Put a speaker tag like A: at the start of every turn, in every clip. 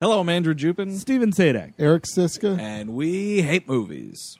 A: Hello, I'm Andrew Jupin,
B: Steven Sadak.
C: Eric Siska.
A: and we hate movies.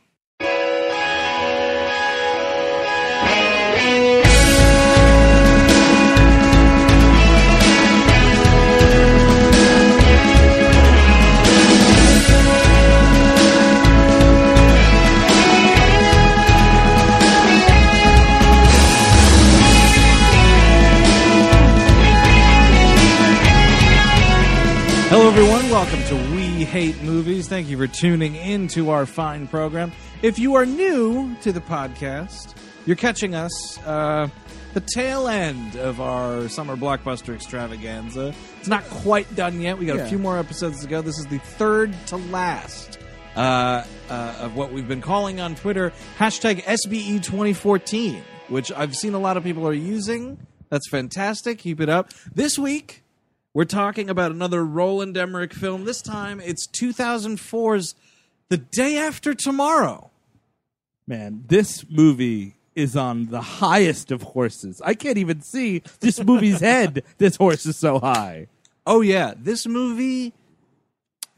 A: Hello, everyone. Welcome to We Hate Movies. Thank you for tuning in to our fine program. If you are new to the podcast, you're catching us uh, the tail end of our summer blockbuster extravaganza. It's not quite done yet. We got a
C: Yeah.
A: few more episodes to go. This is the third to last uh, uh, of what we've been calling on Twitter hashtag SBE2014, which I've seen a lot of people are using. That's fantastic. Keep it up. This week, we're talking about another Roland Emmerich film. This time, it's 2004's The Day After Tomorrow.
B: Man, this movie is on the highest of horses. I can't even see this movie's head. This horse is so high.
A: Oh, yeah. This movie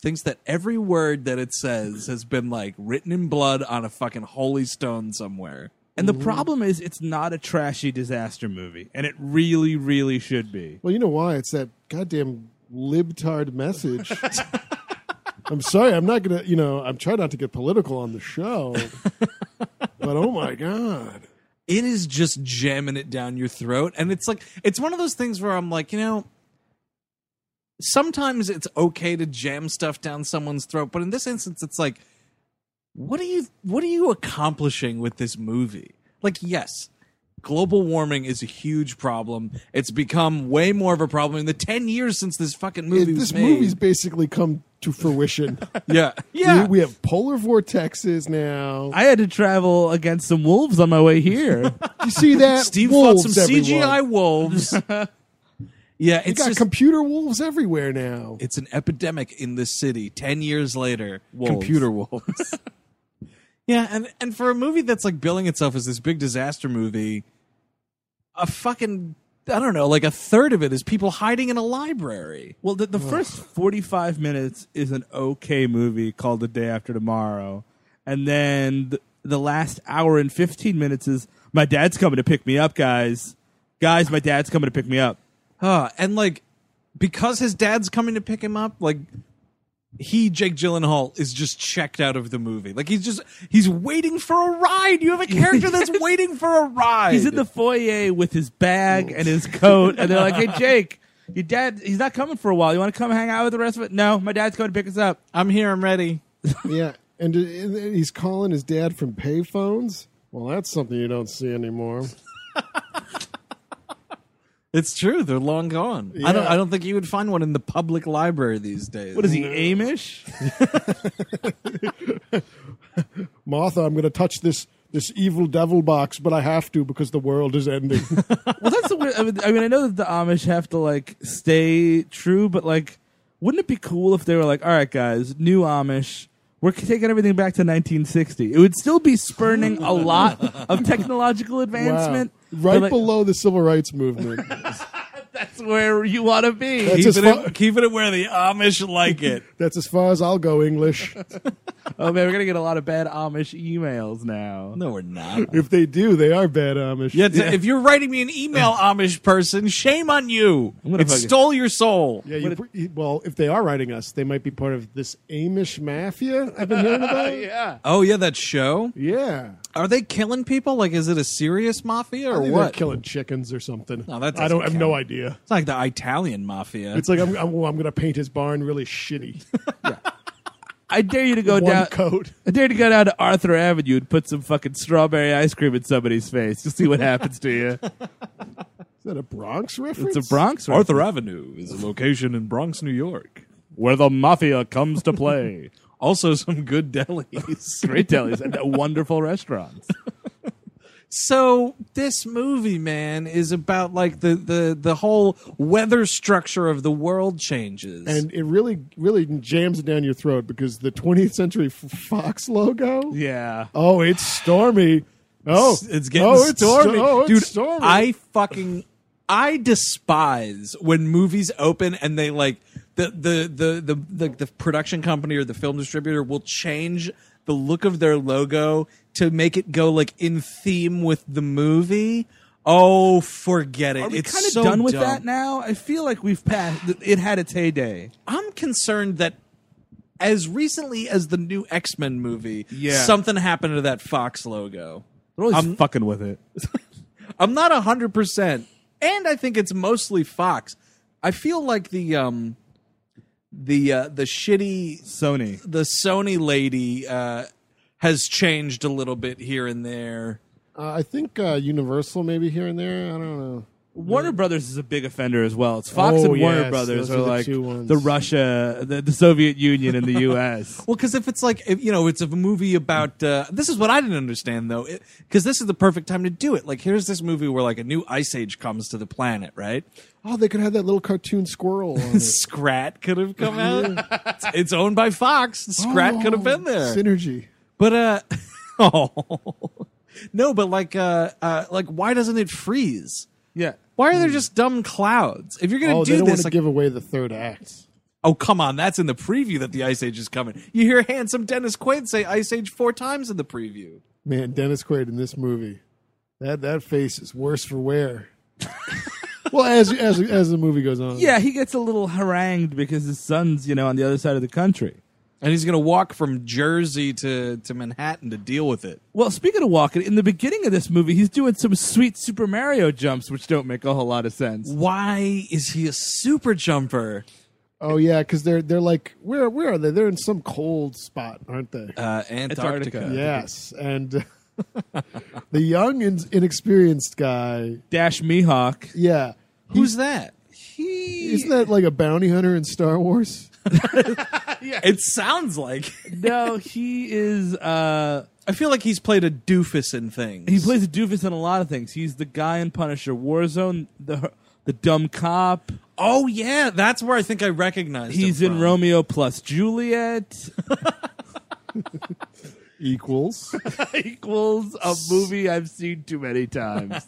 A: thinks that every word that it says has been like written in blood on a fucking holy stone somewhere.
B: And the problem is, it's not a trashy disaster movie, and it really, really should be.
C: Well, you know why? It's that goddamn libtard message. I'm sorry, I'm not gonna. You know, I'm trying not to get political on the show, but oh my god,
A: it is just jamming it down your throat and it's like it's one of those things where i'm like you know sometimes it's okay to jam stuff down someone's throat but in this instance it's like what are you what are you accomplishing with this movie like yes global warming is a huge problem it's become way more of a problem in the 10 years since this fucking movie was
C: this
A: made
C: movie's basically come to fruition.
A: yeah yeah
C: we, we have polar vortexes now.
B: I had to travel against some wolves on my way here.
C: you see that?
A: steve
C: wolves,
A: fought some
C: everyone.
A: cgi wolves yeah
C: We
A: it's
C: got
A: just
C: computer wolves everywhere now.
A: It's an epidemic in this city. Ten years later, computer
B: Computer
A: wolves. yeah, and and for a movie that's like billing itself as this big disaster movie, a fucking I don't know, like a third of it is people hiding in a library.
B: well, the, the first 45 minutes is an okay movie called The Day After Tomorrow. And then the, the last hour and 15 minutes is My Dad's Coming to Pick Me Up, guys. Guys, my dad's coming to pick me up.
A: Huh, and like because his dad's coming to pick him up, like he Jake Gyllenhaal is just checked out of the movie. Like he's just he's waiting for a ride. You have a character that's waiting for a ride.
B: He's in the foyer with his bag and his coat, and they're like, "Hey, Jake, your dad, he's not coming for a while. You want to come hang out with the rest of it?" No, my dad's going to pick us up.
A: I'm here. I'm ready.
C: yeah, and, and he's calling his dad from payphones. Well, that's something you don't see anymore.
A: It's true. They're long gone. I don't.
C: Yeah.
A: I don't think you would find one in the public library these days.
B: What is he, Amish?
C: Martha, I'm going to touch this this evil devil box, but I have to because the world is ending.
B: well, that's the weird. I mean, I mean, I know that the Amish have to like stay true, but like, wouldn't it be cool if they were like, "All right, guys, new Amish." We're taking everything back to 1960. It would still be spurning a lot of technological advancement. but,
C: Right
B: like,
C: below the civil rights movement.
B: that's where you want to be.
C: That's as,
A: Keeping
C: far,
A: it, keeping it where the Amish like it.
C: that's as far as I'll go, English.
B: oh man, we're gonna get a lot of bad Amish emails now.
A: No, we're not.
C: If they do, they are bad Amish.
A: Yeah, t- If you're writing me an email, Amish person, shame on you.
B: gonna
A: It
B: fucking-
A: stole your soul.
C: Yeah, you, pr- you- well, if they are writing us, they might be part of this Amish mafia I've been hearing about. yeah.
A: Oh yeah, that show.
C: Yeah.
A: Are they killing people? Like, is it a serious mafia
C: I
A: or
C: think they're
A: what?
C: killing chickens or something.
A: No, that
C: I
A: doesn't
C: don't I have no
A: count.
C: idea.
A: it's like the Italian mafia.
C: It's like I'm, I'm, well, I'm going to paint his barn really shitty.
B: I dare you to go
C: One
B: down.
C: coat.
B: I dare you to go down to Arthur Avenue and put some fucking strawberry ice cream in somebody's face. You'll see what happens to you.
C: Is that a Bronx reference?
B: It's a Bronx where-
A: Arthur Avenue is a location in Bronx, New York.
B: where the mafia comes to play.
A: Also, some good delis.
B: Great delis and wonderful restaurants.
A: So this movie, man, is about like the the the whole weather structure of the world changes.
C: and it really really jams it down your throat because the 20th century F- fox logo
B: Yeah.
C: oh it's stormy oh
A: it's, it's getting
C: oh, it's sto-
A: stormy,
C: oh, it's
A: dude.
C: stormy.
A: I fucking I despise when movies open and they like the the the the, the, the production company or the film distributor will change the look of their logo to make it go like in theme with the movie. Oh, forget it.
B: Are we
A: it's
B: kind of
A: so
B: done with
A: dumb.
B: that now? I feel like we've passed. It had its heyday.
A: I'm concerned that as recently as the new X Men movie,
B: Yeah.
A: something happened to that Fox logo.
B: They're always
A: I'm-
B: fucking with it.
A: I'm not hundred percent, and I think it's mostly Fox. I feel like the um the uh, the shitty
B: Sony.
A: the Sony lady uh, has changed a little bit here and there.
C: Uh, I think uh, Universal maybe here and there. I don't know.
B: Warner Brothers is a big offender as well. It's Fox
C: Oh,
B: and Warner
C: yes,
B: Brothers
C: those
B: are,
C: are the
B: like
C: two ones.
B: the Russia, the, the Soviet Union, and the U.S.
A: Well, because if it's like if, you know, it's a movie about uh, this is what I didn't understand though, because this is the perfect time to do it. Like, here's this movie where like a new ice age comes to the planet, right?
C: Oh, they could have that little cartoon squirrel. On it.
A: Scrat could have come out. It's- it's owned by Fox. Scrat could have been there.
C: Oh, Synergy.
A: But uh oh. No, but like uh uh like why doesn't it freeze?
B: yeah,
A: Why are there just dumb clouds? If you're gonna
C: Hmm. Oh, they
A: do
C: don't want
A: this,
C: to
A: like,
C: give away the third act.
A: oh come on, that's in the preview that the Ice Age is coming. You hear handsome Dennis Quaid say Ice Age four times in the preview.
C: Man, Dennis Quaid in this movie, that that face is worse for wear. well, as as as the movie goes on,
B: yeah, he gets a little harangued because his son's, you know, on the other side of the country.
A: And he's gonna walk from Jersey to, to Manhattan to deal with it.
B: Well, speaking of walking, in the beginning of this movie, he's doing some sweet Super Mario jumps, which don't make a whole lot of sense.
A: Why is he a super jumper?
C: Oh yeah, because they're they're like where where are they? They're in some cold spot, aren't they?
A: Uh, Antarctica.
B: Antarctica.
C: yes, and the young and inexperienced guy,
B: Dash Mihawk.
C: yeah, he-
A: Who's that? He.
C: isn't that like a bounty hunter in Star Wars?
A: It sounds like.
B: No, he is. uh
A: I feel like he's played a doofus in things.
B: He plays a doofus in a lot of things. He's the guy in Punisher Warzone, the the dumb cop.
A: Oh yeah, that's where I think I recognized.
B: He's
A: him
B: in
A: from.
B: Romeo plus Juliet
C: Equals.
B: equals a movie I've seen too many times.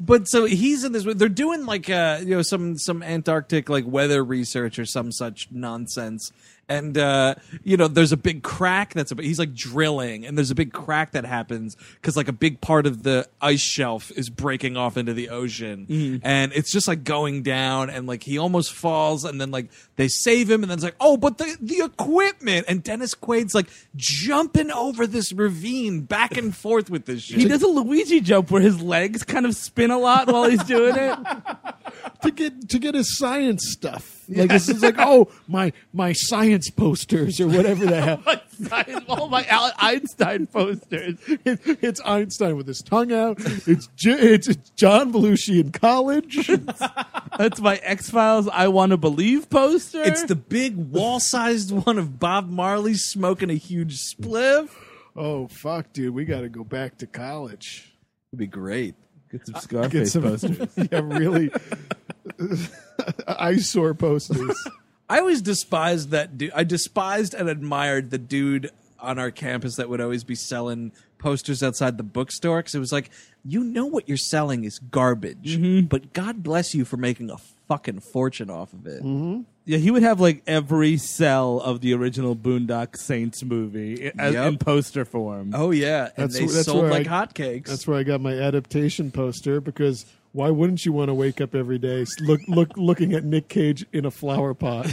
A: but so he's in this. They're doing like uh, you know some some Antarctic like weather research or some such nonsense. And uh, you know, there's a big crack that's a, he's like drilling, and there's a big crack that happens because like a big part of the ice shelf is breaking off into the ocean, and it's just like going down, and like he almost falls, and then like they save him, and then it's like, oh, but the the equipment, and Dennis Quaid's like jumping over this ravine back and forth with this shit.
B: he does a Luigi jump where his legs kind of spin a lot while he's doing it.
C: to get to get his science stuff. Like this is like oh my my science posters or whatever the hell.
B: All my Al- Einstein posters.
C: It, it's Einstein with his tongue out. It's J- it's John Belushi in college.
B: That's my X Files I Want to Believe poster.
A: It's the big wall-sized one of Bob Marley smoking a huge spliff.
C: oh fuck, dude, we got to go back to college.
A: It'd be great.
B: Get some Scarface posters.
C: yeah, really eyesore posters.
A: I always despised that dude. I despised and admired the dude on our campus that would always be selling posters outside the bookstore because it was like, you know what you're selling is garbage,
C: Mm-hmm.
A: but God bless you for making a fucking fortune off of it.
C: Mm-hmm.
B: Yeah, he would have like every cell of the original Boondock Saints movie i- as,
A: Yep.
B: in poster form.
A: Oh yeah, and
C: That's
A: they
C: wh- that's
A: sold
C: where
A: like
C: I-
A: hotcakes.
C: That's where I got my adaptation poster because why wouldn't you want to wake up every day s- look look looking at Nick Cage in a flower pot?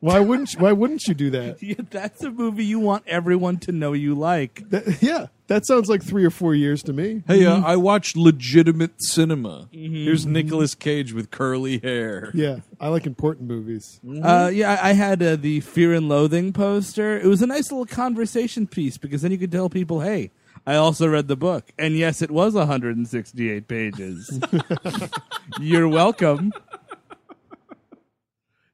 C: why wouldn't you, why wouldn't you do that?
B: Yeah, that's a movie you want everyone to know you like.
C: That- Yeah, that sounds like three or four years to me.
A: Hey, uh, I watch legitimate cinema. Here's Nicolas Cage with curly hair.
C: Yeah, I like important movies.
A: Mm-hmm.
B: Uh, yeah, I I had uh, the Fear and Loathing poster. It was a nice little conversation piece because then you could tell people, hey, I also read the book. And yes, it was 168 pages. You're welcome.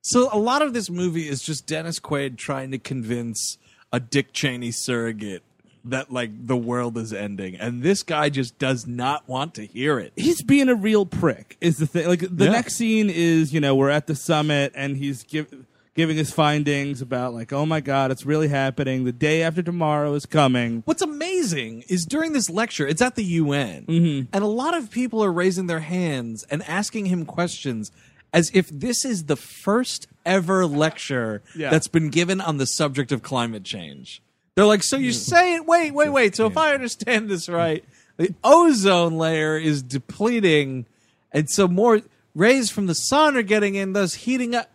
A: So a lot of this movie is just Dennis Quaid trying to convince a Dick Cheney surrogate that like the world is ending, and this guy just does not want to hear it.
B: he's being a real prick is the thing like the
A: Yeah.
B: next scene is you know we're at the summit and he's give, giving his findings about like oh my god it's really happening the day after tomorrow is coming
A: What's amazing is during this lecture, it's at the UN, and a lot of people are raising their hands and asking him questions. as if this is the first ever lecture
B: Yeah.
A: that's been given on the subject of climate change. They're like, so you say it, wait, wait, wait. So if I understand this right, the ozone layer is depleting, and so more rays from the sun are getting in, thus heating up.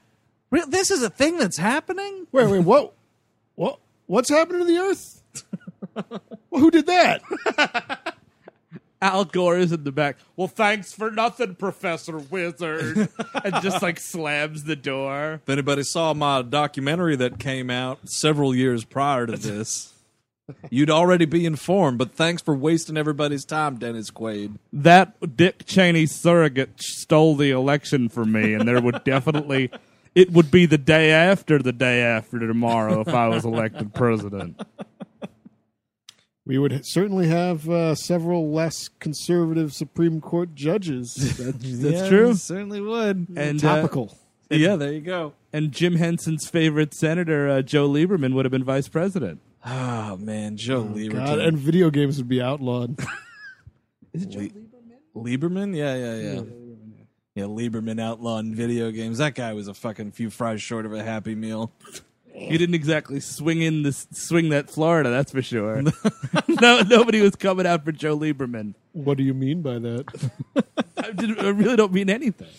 A: Re- This is a thing that's happening?
C: Wait, wait, what? What? What's happening to the Earth? well, who did that?
B: Al Gore is in the back. Well, thanks for nothing, Professor Wizard. and just like slams the door.
A: If anybody saw my documentary that came out several years prior to this, you'd already be informed. But thanks for wasting everybody's time, Dennis Quaid.
B: That Dick Cheney surrogate stole the election for me, and there would definitely. It would be the day after the day after tomorrow if I was elected president.
C: We would certainly have uh, several less conservative Supreme Court judges. That's
B: That's true.
A: Certainly would.
B: And uh,
C: topical.
A: yeah, there you go.
B: and Jim Henson's favorite senator, uh, Joe Lieberman, would have been vice president.
A: Oh man, Joe Lieberman.
C: God, and video games would be outlawed.
A: Lieberman? Yeah, yeah, yeah. Yeah, Lieberman outlawing video games. That guy was a fucking few fries short of a happy meal.
B: He didn't exactly swing in this swing that Florida, that's for sure. no, nobody was coming out for Joe Lieberman.
C: what do you mean by that?
B: I, didn't, I really don't mean anything.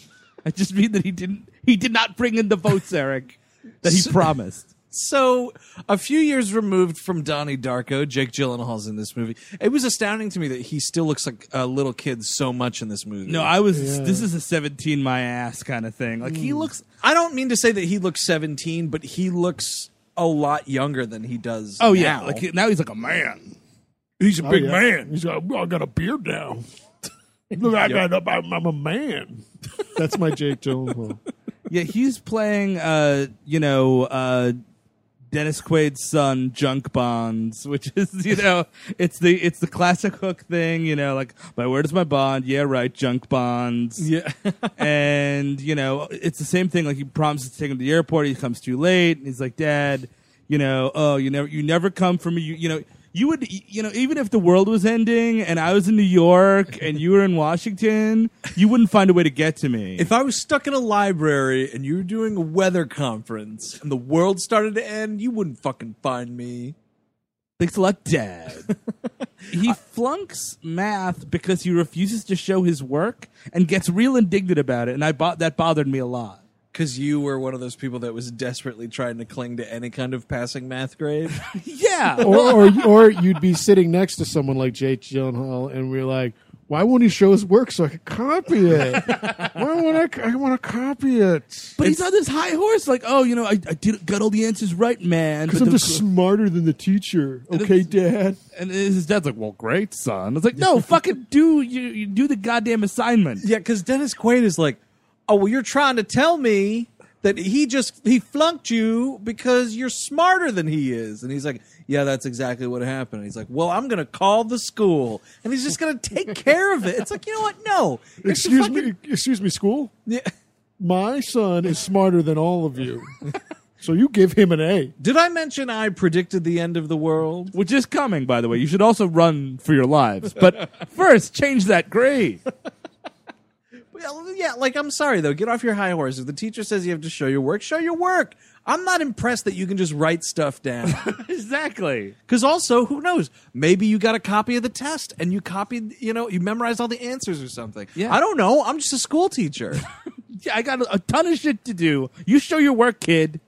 B: I just mean that he didn't. He did not bring in the votes, Eric, that he promised.
A: So, a few years removed from Donnie Darko, Jake Gyllenhaal's in this movie. It was astounding to me that he still looks like a little kid so much in this movie.
B: No, I was.
C: Yeah.
B: This is a seventeen my ass kind of thing. Like he looks.
A: I don't mean to say that he looks 17, but he looks a lot younger than he does.
B: Oh yeah,
A: now.
B: like he- now he's like a man.
A: he's a
C: Oh, yeah. He's like, "Well, I got a beard now. Look, I got up. I'm, I'm a man. That's my Jake Gyllenhaal.
B: Yeah, he's playing. Uh, you know. Uh, Dennis Quaid's son, Junk Bonds, which is you know, it's the it's the classic hook thing, you know, like my word is my bond, yeah, right, Junk Bonds.
A: Yeah.
B: and you know it's the same thing like he promises to take him to the airport he comes too late and he's like dad you know oh you never you never come for me you, you know you would you know even if the world was ending and i was in new york and you were in washington you wouldn't find a way to get to me
A: If I was stuck in a library and you were doing a weather conference and the world started to end, you wouldn't fucking find me.
B: thanks a lot dad he flunks math because he refuses to show his work and gets real indignant about it and i bought that bothered me a lot
A: Because you were one of those people that was desperately trying to cling to any kind of passing math grade.
B: yeah
C: Or, or, or you'd be sitting next to someone like Jake Gyllenhaal, and we're like, why won't he show his work so I could copy it? why won't I? I want to copy it.
B: but he's on this high horse, like, oh, you know, I, I did got all the answers right, man.
C: Because
B: but
C: I'm
B: the-
C: just smarter than the teacher. Okay, Dad.
B: And his dad's like, "Well, great, son." I was like, "No, fucking do you, you do the goddamn assignment."
A: yeah, because Dennis Quaid is like, oh, well, you're trying to tell me that he just he flunked you because you're smarter than he is and he's like yeah that's exactly what happened and he's like well i'm gonna call the school and he's just gonna take care of it it's like you know what no It's a
C: Excuse
A: fucking-
C: me. Excuse me, school.
A: Yeah.
C: My son is smarter than all of you. so you give him an A.
A: Did I mention I predicted the end of the world?
B: Which is coming, by the way. You should also run for your lives, but first change that grade.
A: Well, yeah, like I'm sorry though. Get off your high horse. If the teacher says you have to show your work, show your work. I'm not impressed that you can just write stuff down.
B: exactly.
A: Because also, who knows? Maybe you got a copy of the test and you copied, you know, you memorized all the answers or something.
B: Yeah.
A: I don't know. I'm just a school teacher.
B: Yeah, I got a, a ton of shit to do. You show your work, kid.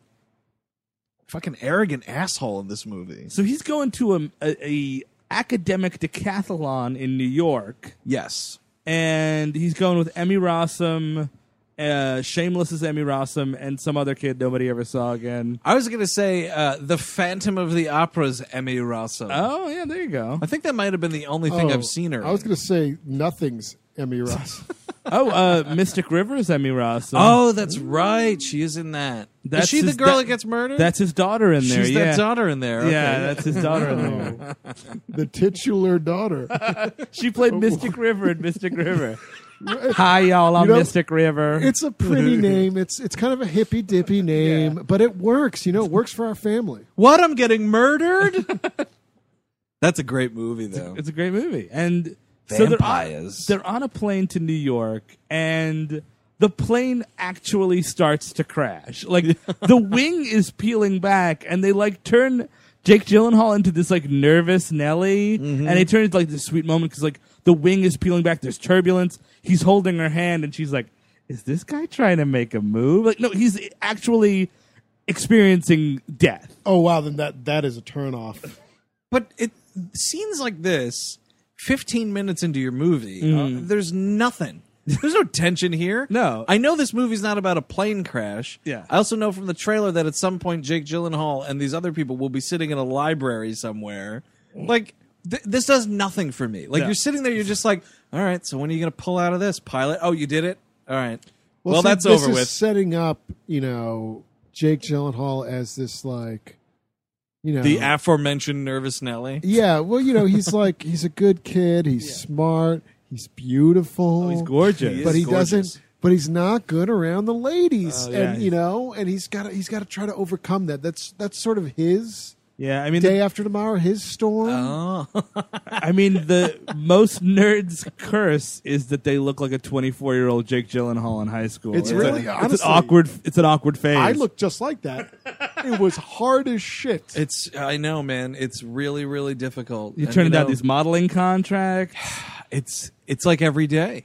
A: Fucking arrogant asshole in this movie.
B: So he's going to a, a, a academic decathlon in New York.
A: Yes.
B: and he's going with Emmy Rossum, uh, Shameless is Emmy Rossum, and some other kid nobody ever saw again.
A: I was going to say uh, the Phantom of the Opera's Emmy Rossum.
B: Oh yeah, there you go.
A: I think that might have been the only thing
C: Oh,
A: I've seen her.
C: I was
A: in.
C: going to say nothing's Emmy Ross.
B: oh, uh, Mystic River is Emmy Rossum.
A: Oh, that's right. She is in that. Is
B: That's
A: she the
B: his
A: girl
B: da-
A: that gets murdered?
B: that's his daughter in there.
A: she's
B: yeah.
A: that daughter in there. Okay.
B: Yeah, that's his daughter in there.
C: Oh. the titular daughter.
B: She played Mystic River in Mystic River. Hi, y'all. I'm
C: You know,
B: Mystic River.
C: It's a pretty name. It's it's kind of a hippy dippy name, but it works. You know, it works for our family.
A: what? I'm getting murdered. that's a great movie, though.
B: It's a great movie. And so they're on,
A: Vampires.
B: they're on a plane to New York, and the plane actually starts to crash. Like the wing is peeling back, and they like turn Jake Gyllenhaal into this like nervous Nelly, and they turn into like this sweet moment because like the wing is peeling back. There's turbulence. He's holding her hand, and she's like, "Is this guy trying to make a move?" Like, no, he's actually experiencing death.
C: Oh wow, then that that is a turnoff.
A: but it scenes like this 15 minutes into your movie uh, there's nothing there's no tension here
B: No.
A: i know this movie's not about a plane crash
B: Yeah.
A: i also know from the trailer that at some point jake gyllenhaal and these other people will be sitting in a library somewhere like th- this does nothing for me like
B: No.
A: you're sitting there you're just like all right so when are you gonna pull out of this pilot oh you did it all right well,
C: see,
A: that's
C: this
A: over
C: is
A: with
C: Setting up, you know, Jake Gyllenhaal as this like, you know,
A: the aforementioned nervous nelly
C: yeah. Well, you know, he's like he's a good kid. He's smart. He's beautiful.
B: Oh, he's gorgeous.
A: He
C: but
A: is
C: he
A: gorgeous.
C: doesn't. But he's not good around the ladies,
B: Oh, yeah.
C: and you know, and he's got to he's got to try to overcome that. That's that's sort of his
B: yeah, I mean,
C: day after tomorrow, his storm.
A: oh
B: I mean, the most nerds' curse is that they look like a 24 year old Jake Gyllenhaal in high school.
C: It's
B: a-
C: really-
B: it's
C: honestly-
B: an awkward. It's an awkward phase.
C: I look just like that. it was hard as shit.
A: it's i know man it's really really difficult
B: You
A: And,
B: turned out
A: know-
B: these modeling contracts.
A: it's it's like every day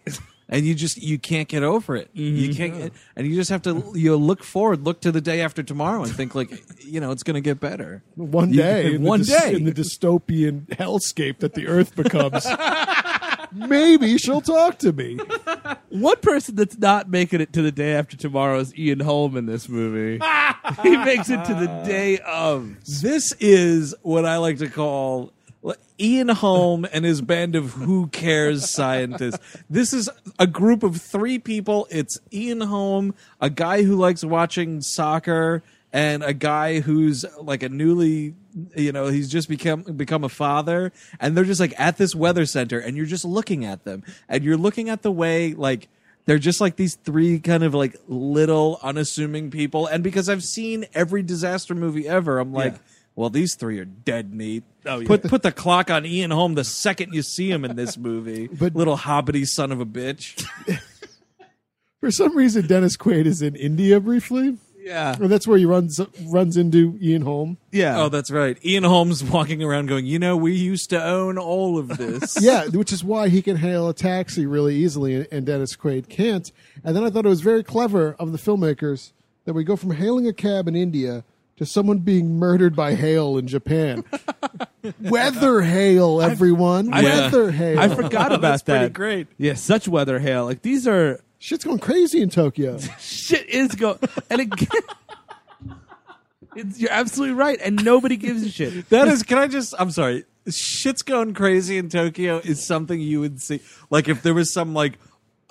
A: and you just you can't get over it you can't get, and you just have to you look forward look to the day after tomorrow and think like you know it's going to get better
C: one
A: You-
C: day, in the
A: one
C: dys-
A: day
C: in the dystopian hellscape that the Earth becomes, maybe she'll talk to me.
B: One person that's not making it to the day after tomorrow is Ian Holm in this movie. he makes it to the day of.
A: this is what i like to call like, Ian Holm and his band of who cares scientists. This is a group of three people. It's Ian Holm, a guy who likes watching soccer, and a guy who's like a newly you know he's just become become a father and they're just like at this weather center and you're just looking at them and you're looking at the way like they're just like these three kind of like little unassuming people and because i've seen every disaster movie ever i'm like
B: Yeah.
A: well these three are dead meat
B: Oh, yeah.
A: put put the clock on ian holm the second you see him in this movie
C: But-
A: little hobbity son of a bitch
C: For some reason, Dennis Quaid is in India briefly.
B: Yeah.
C: Well, that's where he runs runs into Ian Holm.
B: Yeah.
A: oh that's right ian holm's walking around going you know we used to own all of this
C: Yeah, which is why he can hail a taxi really easily, and- and Dennis Quaid can't. And then I thought it was very clever of the filmmakers that we go from hailing a cab in India to someone being murdered by hail in Japan. Weather hail, everyone. Weather hail.
B: I forgot about
A: That's
B: that.
A: pretty great.
B: Yeah, such weather hail. Like these are
C: Shit's going crazy in Tokyo.
B: shit is going and again it's, you're absolutely right and nobody gives a shit
A: That is, can I just? I'm sorry. Shit's going crazy in Tokyo is something you would see. Like if there was some like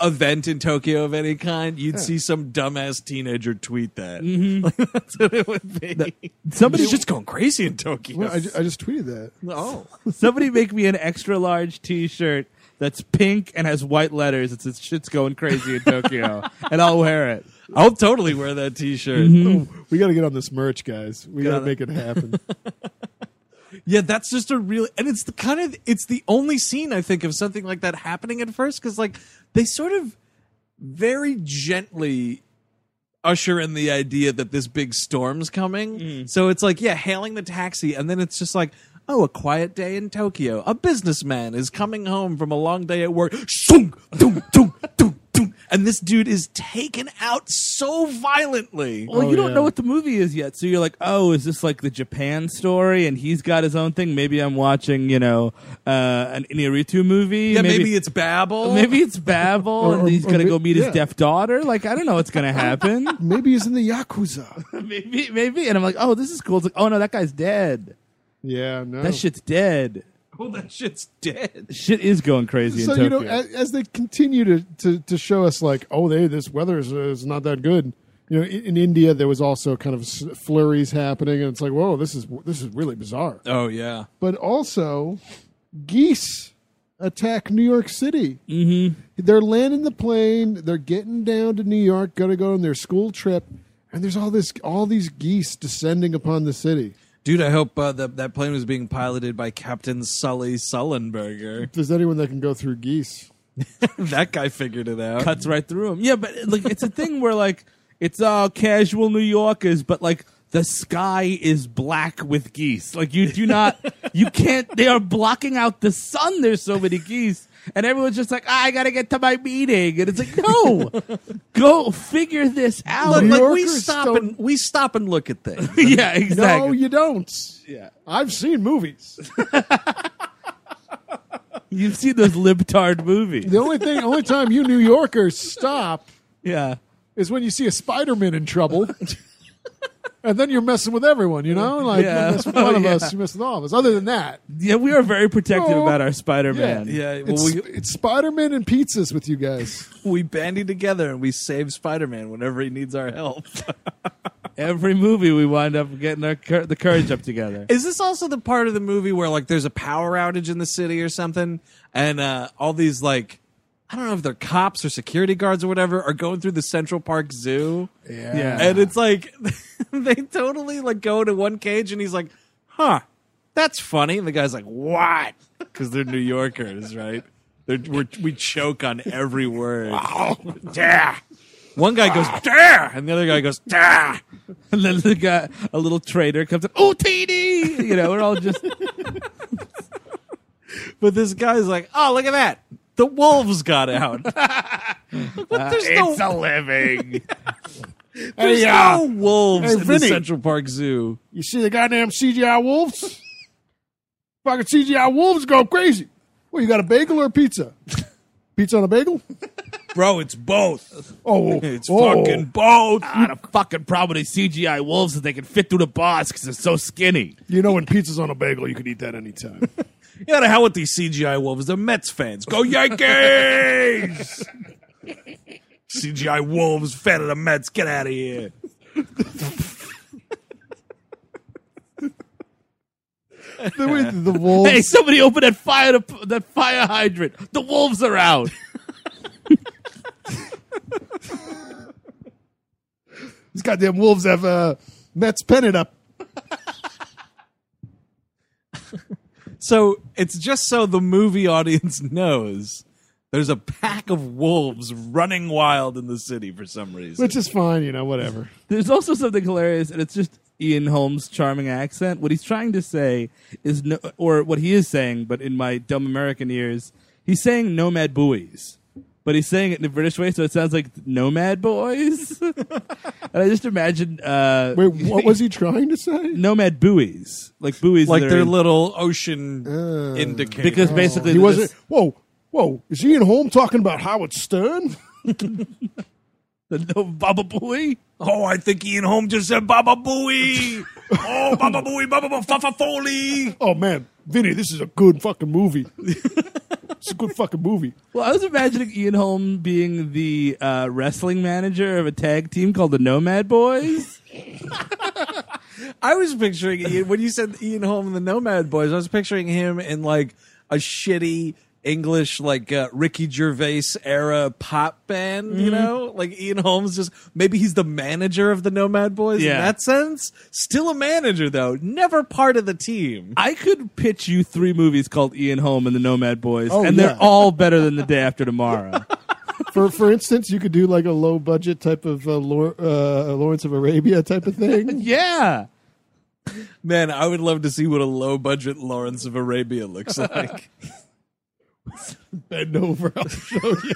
A: event in Tokyo of any kind, you'd see some dumbass teenager tweet that.
C: Mm-hmm.
A: Like, that's what it would be.
B: somebody
A: shit's going crazy in Tokyo.
C: Well, I, ju- I just tweeted that.
A: oh,
B: somebody make me an extra large t-shirt that's pink and has white letters it says shit's going crazy in tokyo and i'll wear it
A: I'll totally wear that T-shirt.
C: We got to get on this merch, guys. We got to
A: Gotta.
C: make it happen.
A: Yeah, that's just a real, and it's the kind of it's the only scene I think of something like that happening at first because like they sort of very gently usher in the idea that this big storm's coming. So it's like yeah, hailing the taxi, and then it's just like oh, a quiet day in Tokyo. A businessman is coming home from a long day at work. Shung, dung, dung, dung, dung. And this dude is taken out so violently.
B: well
C: Oh,
B: you don't
C: yeah.
B: know what the movie is yet so you're like oh is this like the japan story and he's got his own thing maybe i'm watching you know uh, an inarritu movie
A: Yeah, maybe, it's Babel.
B: Maybe it's Babel, and
C: or-
B: he's
C: or
B: gonna
C: may-
B: go meet
C: yeah.
B: his deaf daughter. Like I don't know what's gonna happen.
C: Maybe he's in the Yakuza.
B: maybe, maybe, and I'm like, oh, this is cool. It's like, oh no, that guy's dead.
C: Yeah, no.
B: That shit's dead.
A: oh, that shit's dead.
B: Shit is going crazy
C: so
B: in
C: you
B: Tokyo.
C: know, as, as they continue to, to, to show us, like, oh, they this weather is, is not that good. You know, in, in India there was also kind of s- flurries happening, and it's like, whoa, this is this is really bizarre.
A: Oh yeah.
C: But also, geese attack New York City. Mm-hmm. They're landing the plane. They're getting down to New York, going to go on their school trip, and there's all this all these geese descending upon the city.
A: Dude, I hope uh, that that plane was being piloted by Captain Sully Sullenberger.
C: If there's anyone that can go through geese,
A: that guy figured it out.
B: cuts right through him. Yeah, but like it's a thing where like it's all casual New Yorkers, but like the sky is black with geese. Like you do not, you can't. They are blocking out the sun. There's so many geese, and everyone's just like, "Ah, I gotta get to my meeting, and it's like, no, go figure this out.
A: Look,
C: New
A: like we
C: Yorkers
A: stop
C: don't-
A: and we stop and look at things.
B: yeah, exactly.
C: No, you don't.
B: yeah.
C: I've seen movies.
B: You've seen those libtard movies.
C: The only thing, only time you New Yorkers stop
B: Yeah.
C: is when you see a Spider-Man in trouble. And then you're messing with everyone, you know? Like,
B: Yeah.
C: you mess with one
B: Oh,
C: of
B: yeah.
C: us, you mess with all of us. Other than that,
B: Yeah, we are very protective
C: No.
B: about our Spider Man.
A: Yeah, well,
C: it's,
A: we-
C: it's Spider-Man and pizzas with you guys.
A: we bandy together and we save Spider-Man whenever he needs our help.
B: Every movie we wind up getting our cur- the courage up together.
A: Is this also the part of the movie where like there's a power outage in the city or something, and uh, all these like I don't know if they're cops or security guards or whatever are going through the Central Park Zoo,
C: Yeah.
B: Yeah.
A: and it's like they totally like go to one cage and he's like, "Huh, that's funny." And the guy's like, "What?" Because they're New Yorkers, right? They're, we're, we choke on every word. yeah. One guy goes, "Dah," and the other guy goes, "Dah."
B: And then the guy, a little traitor comes up, oh, TD! You know, we're all just,
A: But this guy's like, oh, look at that. The wolves got out. but there's no,
B: living.
A: there's
C: Hey, uh,
A: no wolves
C: hey,
A: in the
C: Vinny.
A: Central Park Zoo.
C: You see the goddamn CGI wolves? Fucking CGI wolves go crazy. Well, you got a bagel or a pizza? Pizza on a bagel?
A: Bro, it's both.
C: Oh,
A: It's
C: oh.
A: fucking both.
B: I had a fucking problem with these CGI wolves that they can fit through the bars because they're so skinny.
C: You know, when pizza's on a bagel, you can eat that anytime.
A: You gotta hell with these CGI wolves. They're Mets fans. Go Yankees! CGI wolves, fan of the Mets. Get out of here.
C: the, way that the wolves.
B: Hey, somebody open that fire, that fire hydrant. The wolves are out.
C: These goddamn wolves have uh, Mets pennant up.
A: So it's just so the movie audience knows there's a pack of wolves running wild in the city for some reason.
C: Which is fine, you know, whatever.
B: There's also something hilarious, and it's just Ian Holmes' charming accent. What he's trying to say is, no, or what he is saying, but in my dumb American ears, he's saying nomad buoys. But he's saying it in a British way, so it sounds like nomad boys. and I just imagine uh,
C: Wait, what was he trying to say?
B: nomad buoys, like buoys,
A: like
B: that are
A: their
B: in-
A: little ocean indicator.
B: because basically
C: He
B: they're
C: wasn't.
B: just-
C: Whoa, whoa. Is Ian Holm talking about Howard Stern?
B: the no baba buoy.
A: oh, I think Ian Holm just said Baba Booey. oh, Baba Booey, Baba Boo, Fafa Foley.
C: Oh, man. Vinny, this is a good fucking movie. it's a good fucking movie.
B: Well, I was imagining Ian Holm being the uh, wrestling manager of a tag team called the Nomad Boys.
A: I was picturing Ian, when you said Ian Holm and the Nomad Boys. I was picturing him in like a shitty. English like uh, Ricky Gervais era pop band, you know, like Ian Holmes. Just maybe he's the manager of the Nomad Boys in
B: Yeah.
A: that sense. Still a manager though, never part of the team.
B: I could pitch you three movies called Ian Holm and the Nomad Boys,
C: Oh,
B: and
C: yeah.
B: they're all better than The Day After Tomorrow.
C: for for instance, you could do like a low budget type of uh, Lor- uh, Lawrence of Arabia type of thing.
B: yeah.
A: Man, I would love to see what a low budget Lawrence of Arabia looks like.
C: Bend over, I'll show you.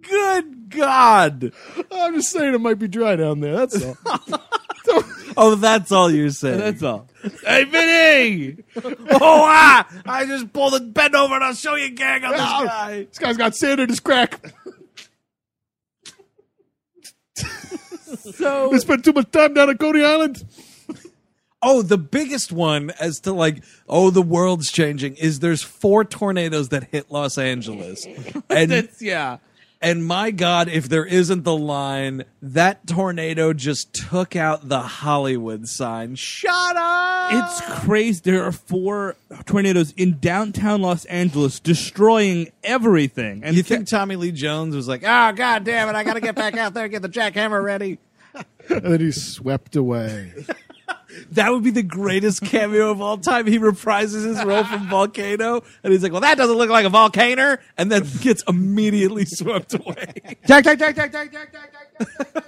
A: Good God.
C: I'm just saying it might be dry down there. That's all.
A: Oh, that's all you're saying.
B: That's all. Hey, Vinny!
A: oh, ah, I just pulled it bend over and I'll show you gang on this guy.
C: this guy's got sand in his crack.
B: So,
C: We spent too much time down at Coney Island.
A: Oh, the biggest one as to like, oh, the world's changing is there's four tornadoes that hit Los Angeles. And
B: that's, yeah.
A: and my God, if there isn't the line, that tornado just took out the Hollywood sign. Shut up.
B: It's crazy. There are four tornadoes in downtown Los Angeles destroying everything. And
A: you think Tommy Lee Jones was like, oh, God damn it, I got to get back out there and get the jackhammer ready.
C: And then he swept away.
A: That would be the greatest cameo of all time. He reprises his role from Volcano, and he's like, "Well, that doesn't look like a volcano," and then gets immediately swept away.
B: Jack, Jack, Jack, Jack, Jack, Jack, Jack, Jack, Jack,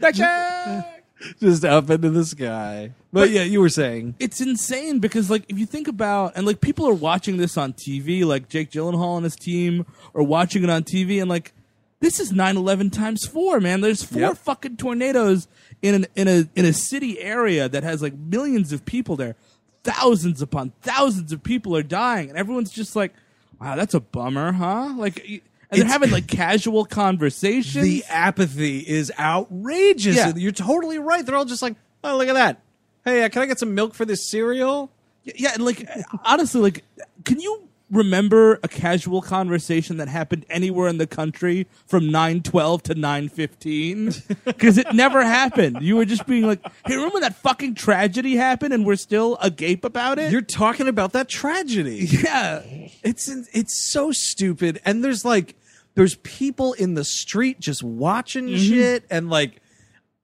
B: Jack, Jack.
A: just up into the sky. But, yeah, you were saying
B: It's insane because, like, if you think about and like people are watching this on TV, like Jake Gyllenhaal and his team are watching it on TV, and like this is 9-11 times four, man. There's four
A: Yep.
B: fucking tornadoes in an in a in a city area that has like millions of people there. Thousands upon thousands of people are dying, and everyone's just like, "Wow, that's a bummer, huh?" Like, y- and they're
A: It's-
B: having like casual conversations.
A: the apathy is outrageous.
B: Yeah.
A: You're totally right. They're all just like, "Oh, look at that! Hey, uh, can I get some milk for this cereal?"
B: Y- Yeah, and like honestly, like can you remember a casual conversation that happened anywhere in the country from nine twelve to nine fifteen? Because it never happened. You were just being like, "Hey, remember when that fucking tragedy happened, and we're still agape about it."
A: You're talking about that tragedy.
B: yeah,
A: It's it's so stupid, and there's like there's people in the street just watching shit, and like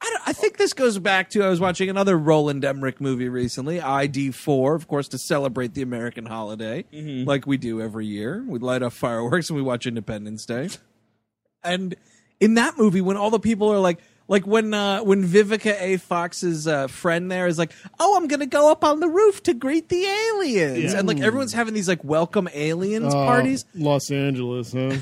A: I, don't, I think this goes back to I was watching another Roland Emmerich movie recently, ID Four, of course, to celebrate the American holiday, like we do every year. We light up fireworks and we watch Independence Day. And in that movie, when all the people are like, like when uh, when Vivica A. Fox's uh, friend there is like, "Oh, I'm gonna go up on the roof to greet the aliens,"
B: Yeah.
A: and like everyone's having these like welcome aliens
C: Oh.
A: parties.
C: Uh, Los Angeles, huh?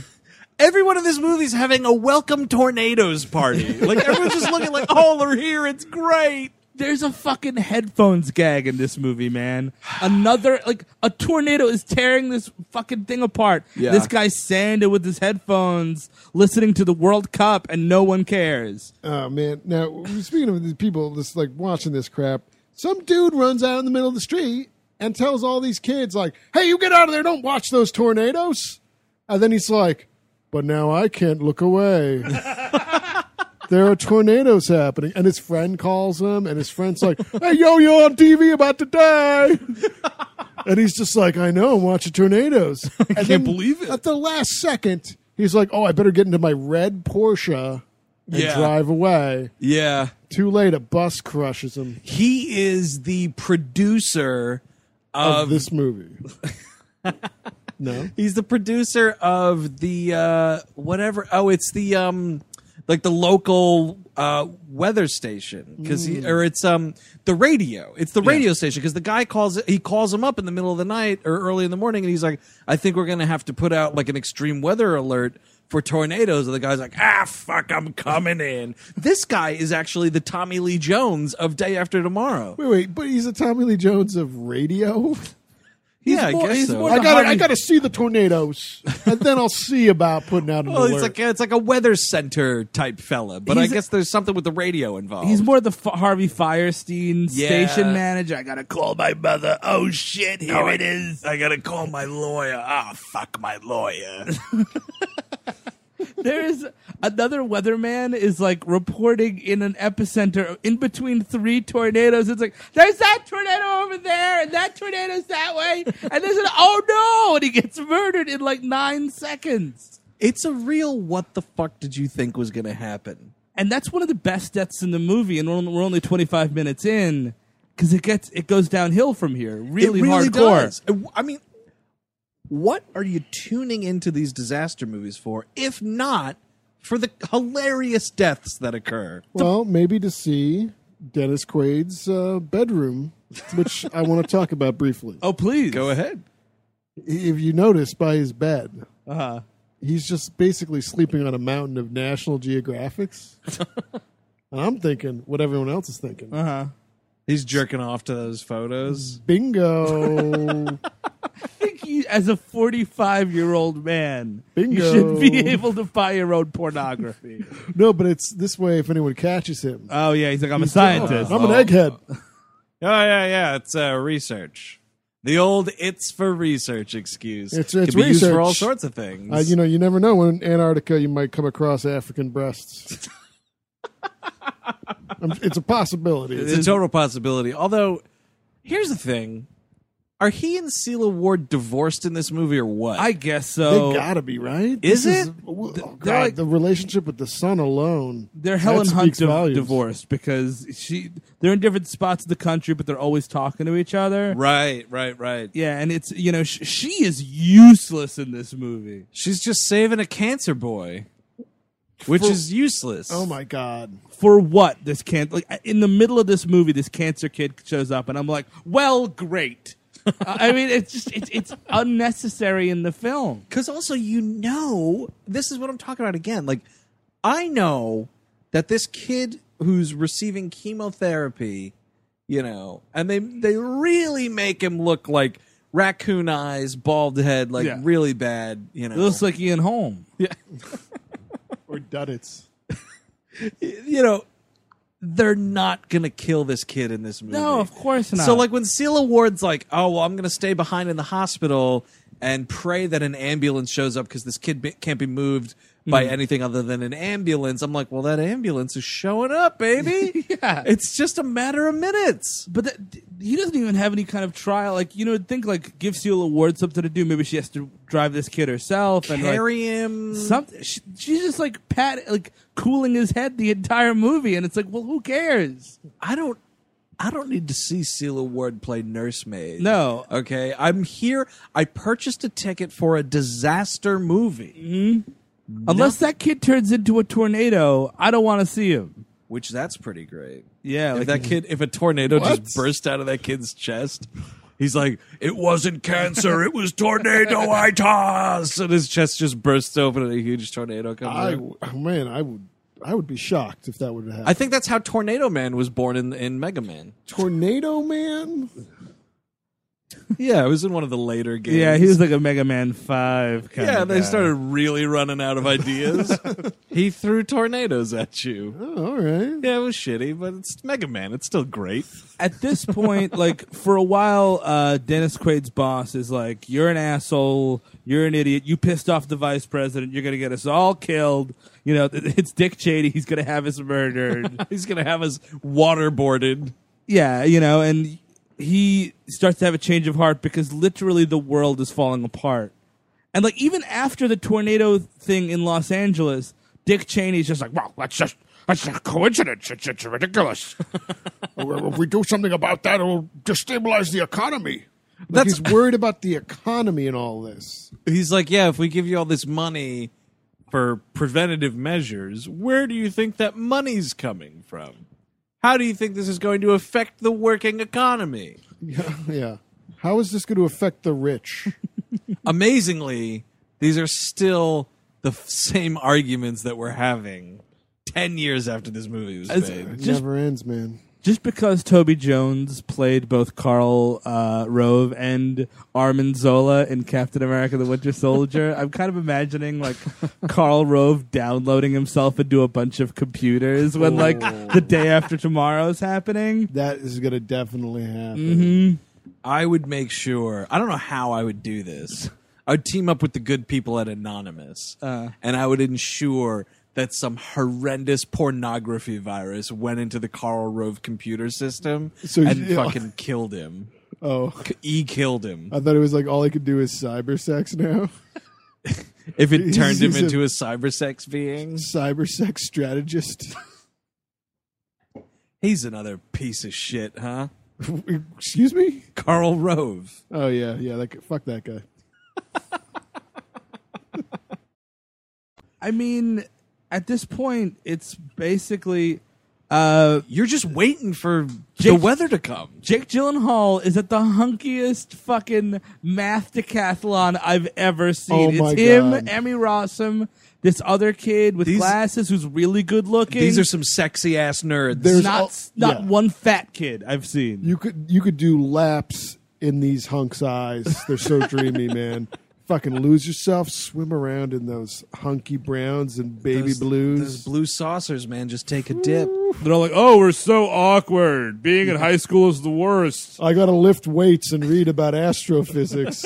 A: Everyone in this movie's having a welcome tornadoes party. like everyone's just looking like, "Oh, they're here! It's great."
B: there's a fucking headphones gag in this movie, man. Another like a tornado is tearing this fucking thing apart.
A: Yeah.
B: This guy's standing with his headphones, listening to the World Cup, and no one cares.
C: Oh man! Now speaking of these people, this like watching this crap. Some dude runs out in the middle of the street and tells all these kids, like, "Hey, you get out of there! Don't watch those tornadoes." And then he's like, "But now I can't look away. there are tornadoes happening." And his friend calls him, and his friend's like, "Hey, yo, you're on TV about to die." And he's just like, I know, I'm watching tornadoes. I
A: can't believe it.
C: At the last second, he's like, Oh, I better get into my red Porsche and
A: Yeah.
C: drive away.
A: Yeah,
C: Too late, a bus crushes him
A: he is the producer
C: of
A: of
C: this movie. no?
A: He's the producer of the uh whatever. Oh, it's the um like the local uh weather station because he or it's um the radio. It's the radio station because the guy calls he calls him up in the middle of the night or early in the morning and he's like, I think we're gonna have to put out like an extreme weather alert for tornadoes. And the guy's like, Ah, fuck, I'm coming in. This guy is actually the Tommy Lee Jones of Day After Tomorrow.
C: Wait, wait, but he's a Tommy Lee Jones of radio?
A: yeah,
B: more-
A: I guess
B: he's
A: so.
B: more
C: I
B: the
C: gotta, I
B: Harvey-
C: gotta see the tornadoes, and then I'll see about putting out an
A: Well,
C: alert.
A: it's like it's like a weather center type fella, but I
B: He's-
A: guess there's something with the radio involved.
B: He's more the F- Harvey Firestein
A: Yeah.
B: station manager. I gotta call my mother. Oh shit, here
A: Oh,
B: it is.
A: I gotta call my lawyer. Ah, fuck my lawyer.
B: There is another weatherman is like reporting in an epicenter in between three tornadoes. It's like there's that tornado over there, and that tornado's that way, and there's an oh no, and he gets murdered in like nine seconds.
A: it's a real. What the fuck did you think was gonna happen?
B: and that's one of the best deaths in the movie and we're on- we're only 25 minutes in because it gets it goes downhill from here really,
A: it really
B: hardcore
A: does. I- I mean, what are you tuning into these disaster movies for, if not for the hilarious deaths that occur?
C: well, maybe to see Dennis Quaid's uh, bedroom, which I want to talk about briefly.
B: oh please
A: Go ahead.
C: if you notice by his bed,
B: Uh-huh.
C: he's just basically sleeping on a mountain of National Geographics. and I'm thinking what everyone else is thinking.
B: uh-huh
A: He's jerking off to those photos.
C: Bingo.
B: i think you as a 45 year old man you
C: Bingo.
B: should be able to buy your own pornography
C: no, but it's this way if anyone catches him.
B: oh yeah he's like i'm a scientist
C: I'm an egghead.
A: Oh yeah, yeah. It's uh, research. The old "it's for research" excuse
C: It's-
A: can
C: it's
A: be used for all
C: research.
A: sorts of things.
C: Uh, you know, you never know when in Antarctica you might come across African breasts. Um, it's a possibility.
A: it's a total possibility. Although, here's the thing: Are he and Celia Ward divorced in this movie or what?
B: I guess
C: They
B: so.
C: gotta be right.
A: Is
C: This
A: it?
C: oh, God,
B: they're like-
C: the relationship with the son alone.
B: They're
C: that
B: Helen Hunt
C: speaks
B: div-
C: volumes.
B: divorced because she they're in different spots of the country, but they're always talking to each other.
A: right, right, right.
B: Yeah, and it's you know sh- she is useless in this movie.
A: She's just saving a cancer boy, which is useless.
C: Oh my God!
B: For what this can like in the middle of this movie, this cancer kid shows up, and I'm like, well, great. Uh, I mean, it's just it's it's unnecessary in the film.
A: Because also, you know, this is what I'm talking about again. Like, I know that this kid who's receiving chemotherapy, you know, and they they really make him look like raccoon eyes, bald head, like
B: Yeah.
A: really bad. You know,
B: It looks like Ian Holm.
C: Or Duddits.
A: you know, they're not gonna kill this kid in this movie.
B: No, of course not.
A: So like when Celia Ward's like, "Oh, well, I'm going to stay behind in the hospital and pray that an ambulance shows up because this kid be- can't be moved
B: Hmm.
A: by anything other than an ambulance." I'm like, "Well, that ambulance is showing up, baby.
B: Yeah.
A: it's just a matter of minutes."
B: But that, he doesn't even have any kind of trial. Like you know, I'd think like give Celia Ward something to do. Maybe she has to drive this kid herself and like,
A: Carry him.
B: something. She, she's just like pat like cooling his head the entire movie, and it's like, well, who cares?
A: I don't. I don't need to see Celia Ward play nursemaid.
B: No.
A: Okay. I'm here. I purchased a ticket for a disaster movie.
B: Unless that kid turns into a tornado, I don't want to see him.
A: which that's pretty great.
B: Yeah,
A: if
B: like-
A: that kid, if a tornado
C: What?
A: just burst out of that kid's chest, he's like, "It wasn't cancer, it was tornado I toss," and his chest just bursts open and a huge tornado comes.
C: I
A: out.
C: oh, man, I would, I would be shocked if that would happen.
A: I think that's how Tornado Man was born in in Mega Man.
C: Tornado Man.
A: Yeah, it was in one of the later games.
B: Yeah, he was like a Mega Man Five kind
A: Yeah,
B: of.
A: they
B: guy.
A: started really running out of ideas. he threw tornadoes at you.
C: Oh, all right.
A: Yeah, it was shitty, but it's Mega Man. It's still great.
B: at this point, like for a while, uh, Dennis Quaid's boss is like, "You're an asshole. You're an idiot. You pissed off the vice president. You're gonna get us all killed. You know, it's Dick Cheney. He's gonna have us murdered.
A: He's gonna have us waterboarded.
B: yeah, you know." And he starts to have a change of heart because literally the world is falling apart. And like even after the tornado thing in Los Angeles, Dick Cheney's just like, "Well, let's just."
D: That's not coincidence. It's, it's ridiculous. if we do something about that, it'll destabilize the economy.
C: Like he's worried about the economy and all this.
A: he's like, yeah, if we give you all this money for preventative measures, where do you think that money's coming from? How do you think this is going to affect the working economy?
C: Yeah, yeah. How is this going to affect the rich?
A: Amazingly, these are still the f- same arguments that we're having 10 years after this movie was
B: It's-
A: made.
C: It
B: Just-
C: never ends, man.
B: just because Toby Jones played both Carl uh, Rove and Armin Zola in Captain America: The Winter Soldier, I'm kind of imagining like Carl Rove downloading himself into a bunch of computers when like the day after tomorrow's happening.
C: That is going to definitely happen.
A: Mm-hmm. I would make sure. I don't know how I would do this. I would team up with the good people at Anonymous,
C: Uh.
A: and I would ensure that some horrendous pornography virus went into the Karl Rove computer system
C: So
A: and
C: you-
A: fucking killed him.
C: Oh, Uh,
A: E killed him.
C: I thought it was like all I could do is cyber sex now.
A: If it turned him
C: he's a-
A: into a cybersex being,
C: cyber sex strategist.
A: he's another piece of shit, huh?
C: Excuse me?
A: Karl Rove.
C: Oh yeah, yeah. Like fuck that guy.
B: I mean, at this point, it's basically. Uh,
A: You're just waiting for the
B: Jake-
A: weather to come.
B: Jake Gyllenhaal is at the hunkiest fucking math decathlon I've ever
C: Oh
B: seen.
C: my
B: it's him,
C: God.
B: Emmy Rossum, this other kid with
A: These-
B: glasses who's really good looking.
A: These are some sexy ass nerds.
C: There's
B: not
C: all-
B: not
C: yeah.
B: one fat kid I've seen.
C: You could you could do laps in these hunks' eyes. They're so dreamy, man. Fucking lose yourself, swim around in those hunky browns and baby
A: Those-
C: blues.
A: Those blue saucers, man, just take a dip.
B: They're all like, "Oh, we're so awkward. Being in high school is the worst."
C: I gotta lift weights and read about astrophysics.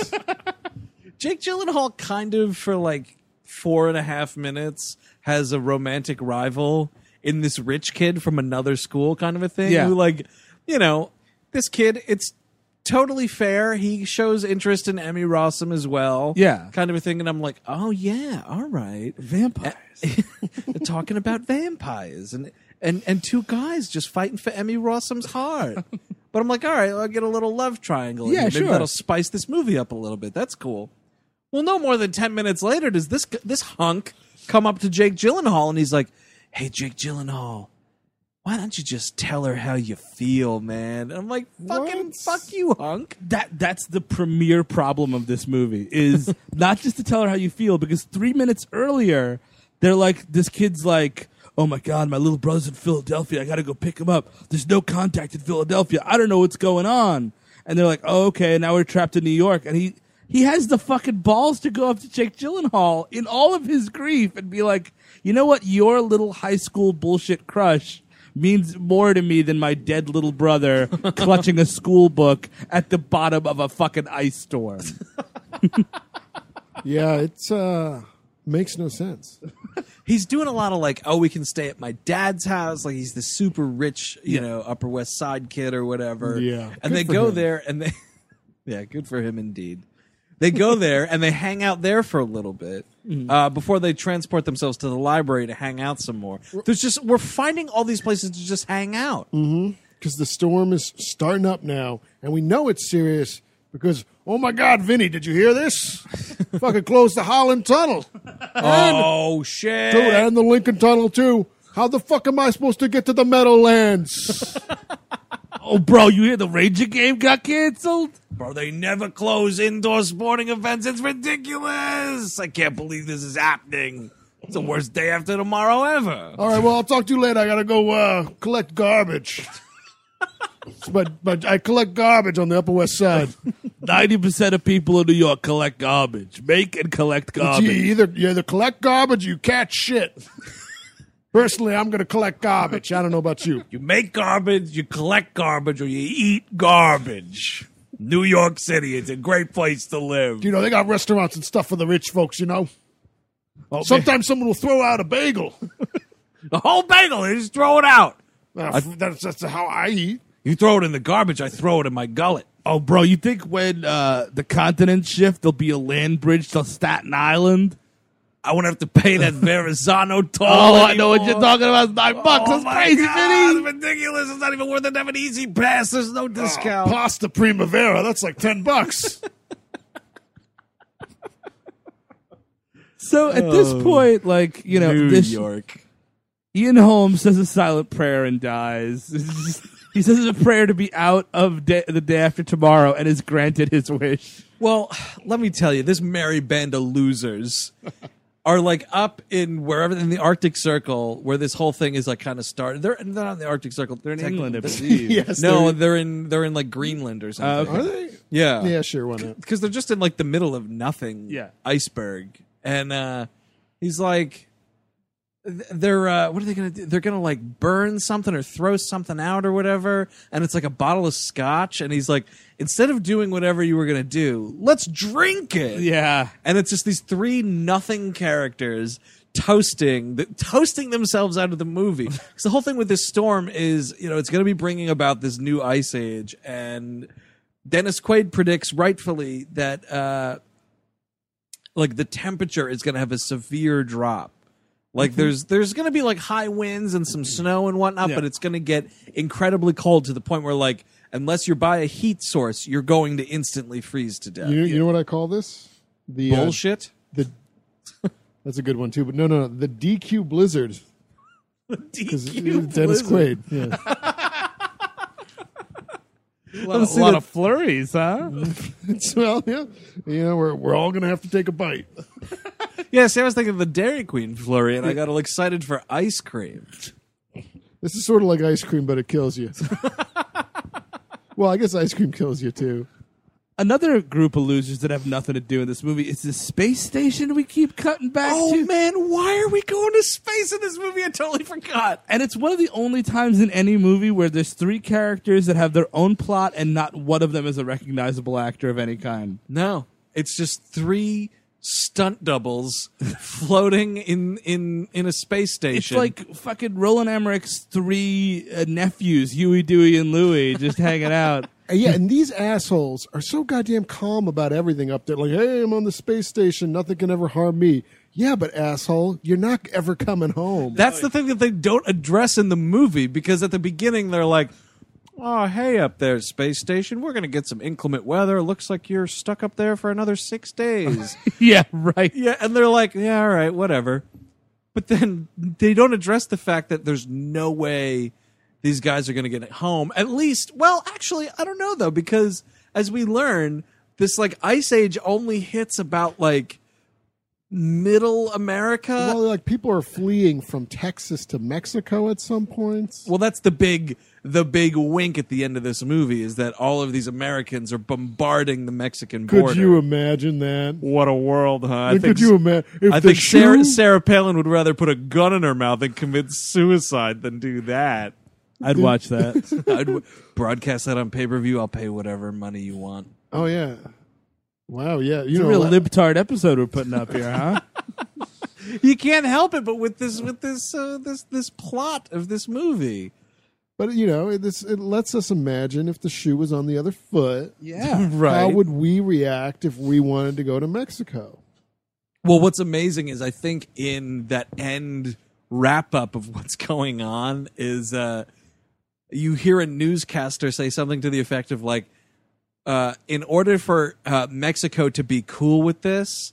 A: Jake Gyllenhaal kind of for like four and a half minutes has a romantic rival in this rich kid from another school kind of a thing
B: Yeah.
A: who like you know this kid it's totally fair. He shows interest in Emmy Rossum as well.
B: Yeah.
A: Kind of a thing. And I'm like, oh, yeah, all right.
B: Vampires.
A: They're talking about vampires and, and, and two guys just fighting for Emmy Rossum's heart. But I'm like, all right, I'll get a little love triangle. in
B: Yeah,
A: here. Maybe
B: sure.
A: that'll spice this movie up a little bit. That's cool. Well, no more than 10 minutes later does this, this hunk come up to Jake Gyllenhaal and he's like, hey, Jake Gyllenhaal. Why don't you just tell her how you feel, man? And I'm like, fucking
C: What?
A: fuck you, hunk.
B: that that's the premier problem of this movie is not just to tell her how you feel because three minutes earlier they're like this kid's like oh my god my little brother's in philadelphia i gotta go pick him up there's no contact in philadelphia i don't know what's going on and they're like oh, okay now we're trapped in new york and he he has the fucking balls to go up to Jake Gyllenhaal in all of his grief and be like, you know what? Your little high school bullshit crush means more to me than my dead little brother clutching a school book at the bottom of a fucking ice storm.
C: Yeah, it's uh makes no sense.
A: he's doing a lot of like, oh, we can stay at my dad's house. Like he's the super rich, you know, Upper West Side kid or whatever.
C: Yeah.
A: And they
C: Good for
A: go
C: him.
A: there and they, yeah, good for him indeed. They go there and they hang out there for a little bit
C: Mm-hmm.
A: uh, before they transport themselves to the library to hang out some more. There's just we're finding all these places to just hang out.
C: Mm-hmm. Because the storm is starting up now, and we know it's serious because oh my god, Vinny, did you hear this? Fucking close the Holland Tunnel.
A: Oh shit!
C: Dude, and the Lincoln Tunnel too. How the fuck am I supposed to get to the Meadowlands?
B: oh, bro, you hear the Ranger game got canceled?
A: Bro, they never close indoor sporting events. It's ridiculous. I can't believe this is happening. It's the worst day after tomorrow ever.
C: All right, well, I'll talk to you later. I gotta go uh, collect garbage. but but I collect garbage on the Upper West Side.
B: 90% of people in New York collect garbage. Make and collect
C: You
B: garbage.
C: either you either collect garbage, or you catch shit. Personally, I'm gonna collect garbage. I don't know about you.
A: You make garbage, you collect garbage, or you eat garbage. New York City, it's a great place to live.
C: You know, they got restaurants and stuff for the rich folks, you know. Sometimes someone will throw out a bagel.
A: The whole bagel, they just throw it out.
C: Uh, that's, that's how I eat.
A: You throw it in the garbage, I throw it in my gullet.
B: Oh, bro, you think when uh, the continents shift, there'll be a land bridge to Staten Island?
A: I won't have to pay that Verrazano toll.
B: Oh, I know what you're
A: anymore.
B: talking about. It's nine bucks.
A: Oh
B: That's
A: my
B: crazy,
A: God,
B: Vinny.
A: It's ridiculous. It's not even worth it to have an easy pass. There's no discount.
C: Pasta primavera, that's like 10 bucks.
B: So at this point, like you know, this
A: York.
B: Ian Holmes says a silent prayer and dies. he says a prayer to be out of da- the day after tomorrow and is granted his wish.
A: Well, let me tell you, this merry band of losers are like up in wherever in the Arctic Circle where this whole thing is like kind of started. They're, they're not in the Arctic Circle. They're in
B: England, I believe.
C: yes.
A: No, they're in they're in like Greenland or something.
C: Are they?
A: Yeah,
C: Oh, Yeah, sure, why not?
A: because they're just in like the middle of nothing
B: Yeah.
A: iceberg and uh he's like th- they're uh what are they gonna do they're gonna like burn something or throw something out or whatever and it's like a bottle of scotch and he's like instead of doing whatever you were gonna do let's drink it
B: Yeah.
A: and it's just these three nothing characters toasting th- toasting themselves out of the movie because the whole thing with this storm is you know it's going to be bringing about this new ice age and dennis quaid predicts rightfully that uh like the temperature is going to have a severe drop like there's there's going to be like high winds and some snow and whatnot
B: Yeah.
A: but it's going to get incredibly cold to the point where like unless you're by a heat source you're going to instantly freeze to death
C: You, you know what I call this? The uh,
A: bullshit
C: the That's a good one too, but no, no, no the DQ Blizzard. Because
A: DQ
C: Dennis
A: Blizzard.
C: Quaid. Yeah.
A: A lot,
B: a lot of flurries, huh?
C: It's- well, yeah. You know, we're, we're all going to have to take a bite.
A: yeah, see, I was thinking of the Dairy Queen flurry, and I got all excited for ice cream.
C: This is sort of like ice cream, but it kills you. well, I guess ice cream kills you too.
B: Another group of losers that have nothing to do in this movie is the space station we keep cutting back to.
A: Oh, man, why are we going to space in this movie? I totally forgot.
B: And it's one of the only times in any movie where there's three characters that have their own plot and not one of them is a recognizable actor of any kind.
A: No, it's just three stunt doubles floating in in in a space
B: It's
A: station.
B: like fucking Roland Emmerich's three uh, nephews, Huey, Dewey, and Louie, just hanging out.
C: And yeah, and these assholes are so goddamn calm about everything up there. Like, hey, I'm on the space station. Nothing can ever harm me. Yeah, but asshole, you're not ever coming home.
A: That's the thing that they don't address in the movie because at the beginning they're like, "Oh, hey, up there, space station, we're gonna get some inclement weather. Looks like you're stuck up there for another six days."
B: yeah, right.
A: yeah, and they're like, "Yeah, all right, whatever." But then they don't address the fact that there's no way these guys are gonna get home. At least, well, actually, I don't know though because as we learn, this like ice age only hits about like middle America.
C: well, like people are fleeing from Texas to Mexico at some points.
A: Well, that's the big the big wink at the end of this movie is that all of these Americans are bombarding the Mexican border.
C: Could you imagine that?
A: what a world, huh? I
C: And could you imagine? If
A: I
C: the
A: think Sarah,
C: shoe-
A: Sarah Palin would rather put a gun in her mouth and commit suicide than do that.
B: I'd watch that.
A: I'd w- broadcast that on pay per view. I'll pay whatever money you want.
C: Oh yeah. Wow. Yeah. You
B: It's a
C: know.
B: real
C: I-
B: libtard episode we're putting up here, huh?
A: You can't help it, but with this with this uh, this this plot of this movie,
C: But you know, it, this it lets us imagine if the shoe was on the other foot.
B: Yeah.
C: How would we react if we wanted to go to Mexico?
A: Well, what's amazing is I think in that end wrap up of what's going on is uh, you hear a newscaster say something to the effect of like, uh, in order for uh, Mexico to be cool with this,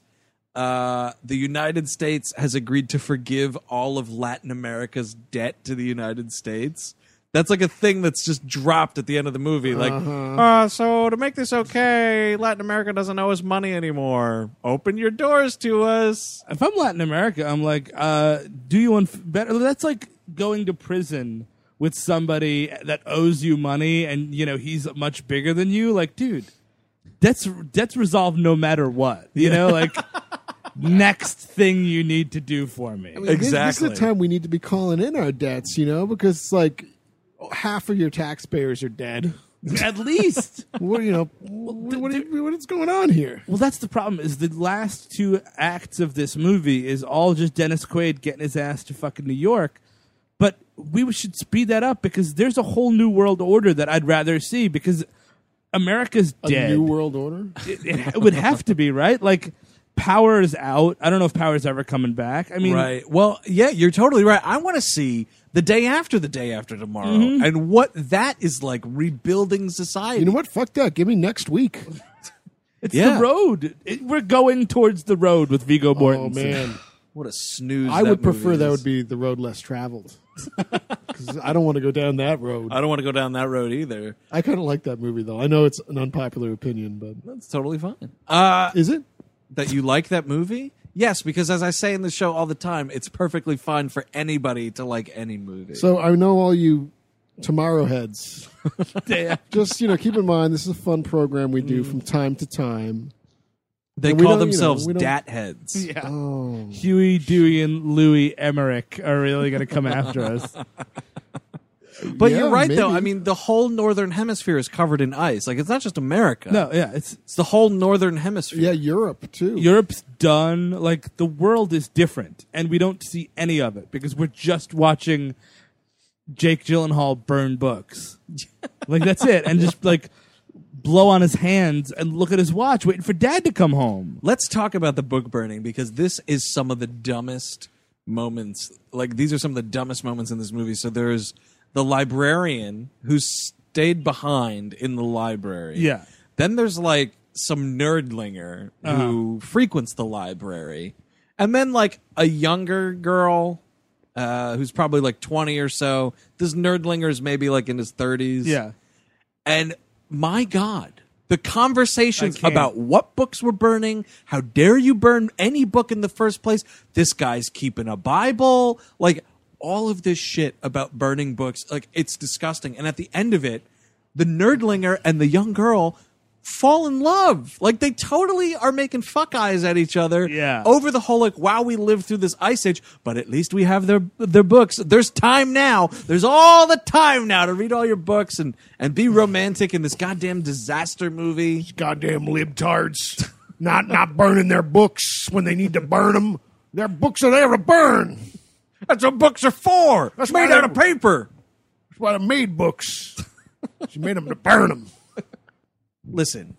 A: uh, the United States has agreed to forgive all of Latin America's debt to the United States. That's like a thing that's just dropped at the end of the movie. Like,
C: Uh-huh.
A: uh, so to make this okay, Latin America doesn't owe us money anymore. Open your doors to us.
B: if I'm Latin America, I'm like, uh, do you want better? That's like going to prison with somebody that owes you money, and you know he's much bigger than you. Like, dude, that's that's resolved no matter what. You know, like next thing you need to do for me.
C: I mean, this- This is
A: Exactly.
C: the time we need to be calling in our debts, you know, because it's like half of your taxpayers are dead.
B: At least.
C: What you know? what, what, what is going on here?
B: Well, that's the problem. Is the last two acts of this movie is all just Dennis Quaid getting his ass to fucking New York, but we should speed that up because there's a whole new world order that I'd rather see because America's
C: A
B: dead.
C: new world order.
B: it, it would have to be right. Like power is out. I don't know if power's ever coming back. I mean,
A: Right. Well, yeah, you're totally right. I want to see the day after the day after tomorrow and what that is like rebuilding society.
C: Mm-hmm. You know what? Fuck that. Give me next week.
B: it's
A: Yeah.
B: the road. It, we're going towards the road with Vigo Mortensen.
C: Oh man,
A: What a snooze.
C: I
A: that
C: would prefer
A: movie
C: that
A: is.
C: would be the road less traveled. 'Cause I don't want to go down that road.
A: I don't want to go down that road either.
C: I kind of like that movie though. I know it's an unpopular opinion, but
A: That's totally fine. Uh,
C: is it?
A: that you like that movie? Yes, because as I say in the show all the time, it's perfectly fine for anybody to like any movie.
C: So I know all you tomorrow heads.
B: Damn.
C: Just you know, keep in mind this is a fun program we do from time to time.
A: they
C: and we
A: call
C: don't, you know,
A: themselves
C: we don't-
A: dat heads.
B: Yeah.
C: Oh,
B: Huey, Dewey, and Louie Emmerich are really going to come after us.
A: But
C: Yeah,
A: you're right though.
C: maybe.
A: I mean, the whole northern hemisphere is covered in ice. Like it's not just America.
B: No, yeah, it's
A: It's the whole northern hemisphere.
C: yeah, Europe too.
B: Europe's done. Like the world is different, and we don't see any of it because we're just watching Jake Gyllenhaal burn books. like that's it, and just like blow on his hands and look at his watch, waiting for Dad to come home.
A: Let's talk about the book burning because this is some of the dumbest moments. Like these are some of the dumbest moments in this movie. So there's the librarian who stayed behind in the library.
B: Yeah.
A: Then there's like some nerdlinger who
B: Uh-huh.
A: frequents the library. And then like a younger girl uh, who's probably like 20 or so. This nerdlinger is maybe like in his 30s.
B: Yeah,
A: And my God, the conversations
B: I can't.
A: about what books were burning, how dare you burn any book in the first place? This guy's keeping a Bible. Like all of this shit about burning books, like it's disgusting. And at the end of it, the nerdlinger and the young girl fall in love. Like they totally are making fuck eyes at each other
B: Yeah.
A: over the whole like wow we lived through this ice age but at least we have their their books there's time now there's all the time now to read all your books and and be romantic in this goddamn disaster movie
D: Goddamn libtards. not not burning their books when they need to burn them. Their books are there to burn.
A: That's what books are for.
D: That's
A: made
D: why
A: out
D: they-
A: of paper.
D: That's why they made books. She made them to burn them.
A: Listen,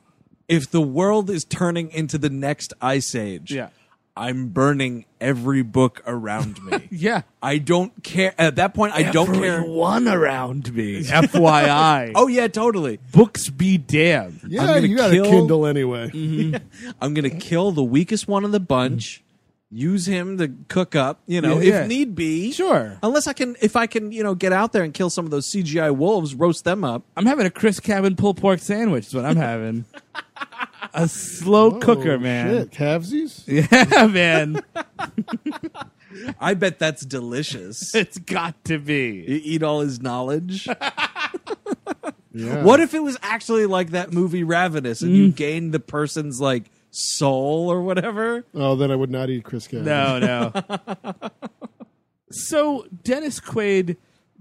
A: if the world is turning into the next ice age,
B: Yeah.
A: I'm burning every book around me.
B: Yeah.
A: I don't care. At that point, I don't care.
B: One around me. FYI.
A: Oh yeah, totally.
B: books be damned.
C: Yeah,
A: gonna
C: you got a
A: kill-
C: Kindle anyway.
A: I'm gonna kill the weakest one of the bunch. Use him to cook up, you know,
B: Yeah, yeah.
A: if need be.
B: Sure.
A: Unless I can, if I can, you know, get out there and kill some of those CGI wolves, roast them up.
B: I'm having a Chris Cabin pulled pork sandwich. Is what I'm having. a slow cooker,
C: Oh, Shit,
B: man.
C: Cavsies?
B: Yeah, man.
A: I bet that's delicious. you
B: it's got to be.
A: eat all his knowledge.
C: Yeah.
A: What if it was actually like that movie Ravenous and
B: Mm.
A: you gained the person's like soul or whatever?
C: Oh, then I would not eat Chris Cavs.
B: No, no. so Dennis Quaid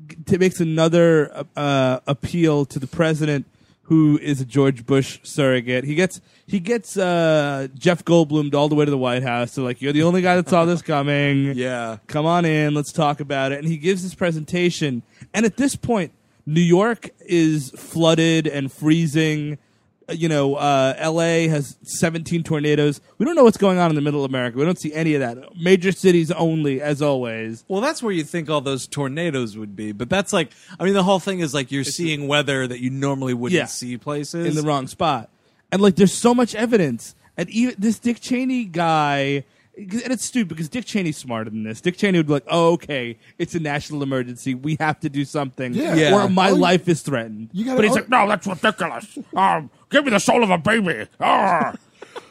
B: g- t- makes another uh, appeal to the president, who is a George Bush surrogate. He gets he gets uh, Jeff Goldblum all the way to the White House. So like, you're the only guy that saw this coming.
A: Yeah.
B: come on in, let's talk about it. And he gives his presentation. And at this point, New York is flooded and freezing. Uh, You know, uh, LA has 17 tornadoes. We don't know what's going on in the middle of America. We don't see any of that. Major cities only, as always.
A: Well, that's where you think all those tornadoes would be, but that's like, I mean, the whole thing is like you're seeing weather that you normally wouldn't
B: Yeah.
A: see places.
B: in the wrong spot. And like, there's so much evidence. And even this Dick Cheney guy, and it's stupid because Dick Cheney's smarter than this. Dick Cheney would be like, "Oh, okay, it's a national emergency. We have to do something,
C: Yeah.
A: Yeah.
B: or my
C: Oh, you-
B: life is threatened."
C: You gotta,
D: But he's
C: oh,
D: like, no, that's ridiculous. Um, give me the soul of a baby. Arr.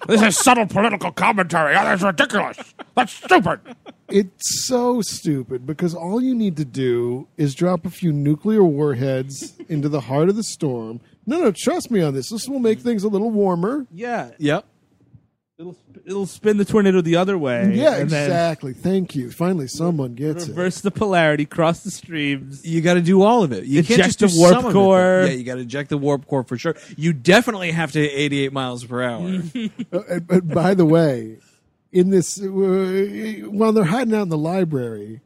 D: This is subtle political commentary. Oh, that's ridiculous. That's stupid.
C: it's so stupid because all you need to do is drop a few nuclear warheads into the heart of the storm. No, no, trust me on this. This will make things a little warmer.
B: Yeah,
A: Yep.
B: it'll it'll spin the tornado the other way.
C: Yeah,
B: and then
C: exactly. Thank you. Finally, someone gets it.
B: Reverse the polarity, cross the streams.
A: You got to do all of it. You can't just
B: Eject
A: do
B: the warp
A: some of it.
B: core.
A: Yeah, you got to eject the warp core for sure. You definitely have to hit 88 miles per hour.
C: Uh, and- but by the way, in this, uh, while they're hiding out in the library,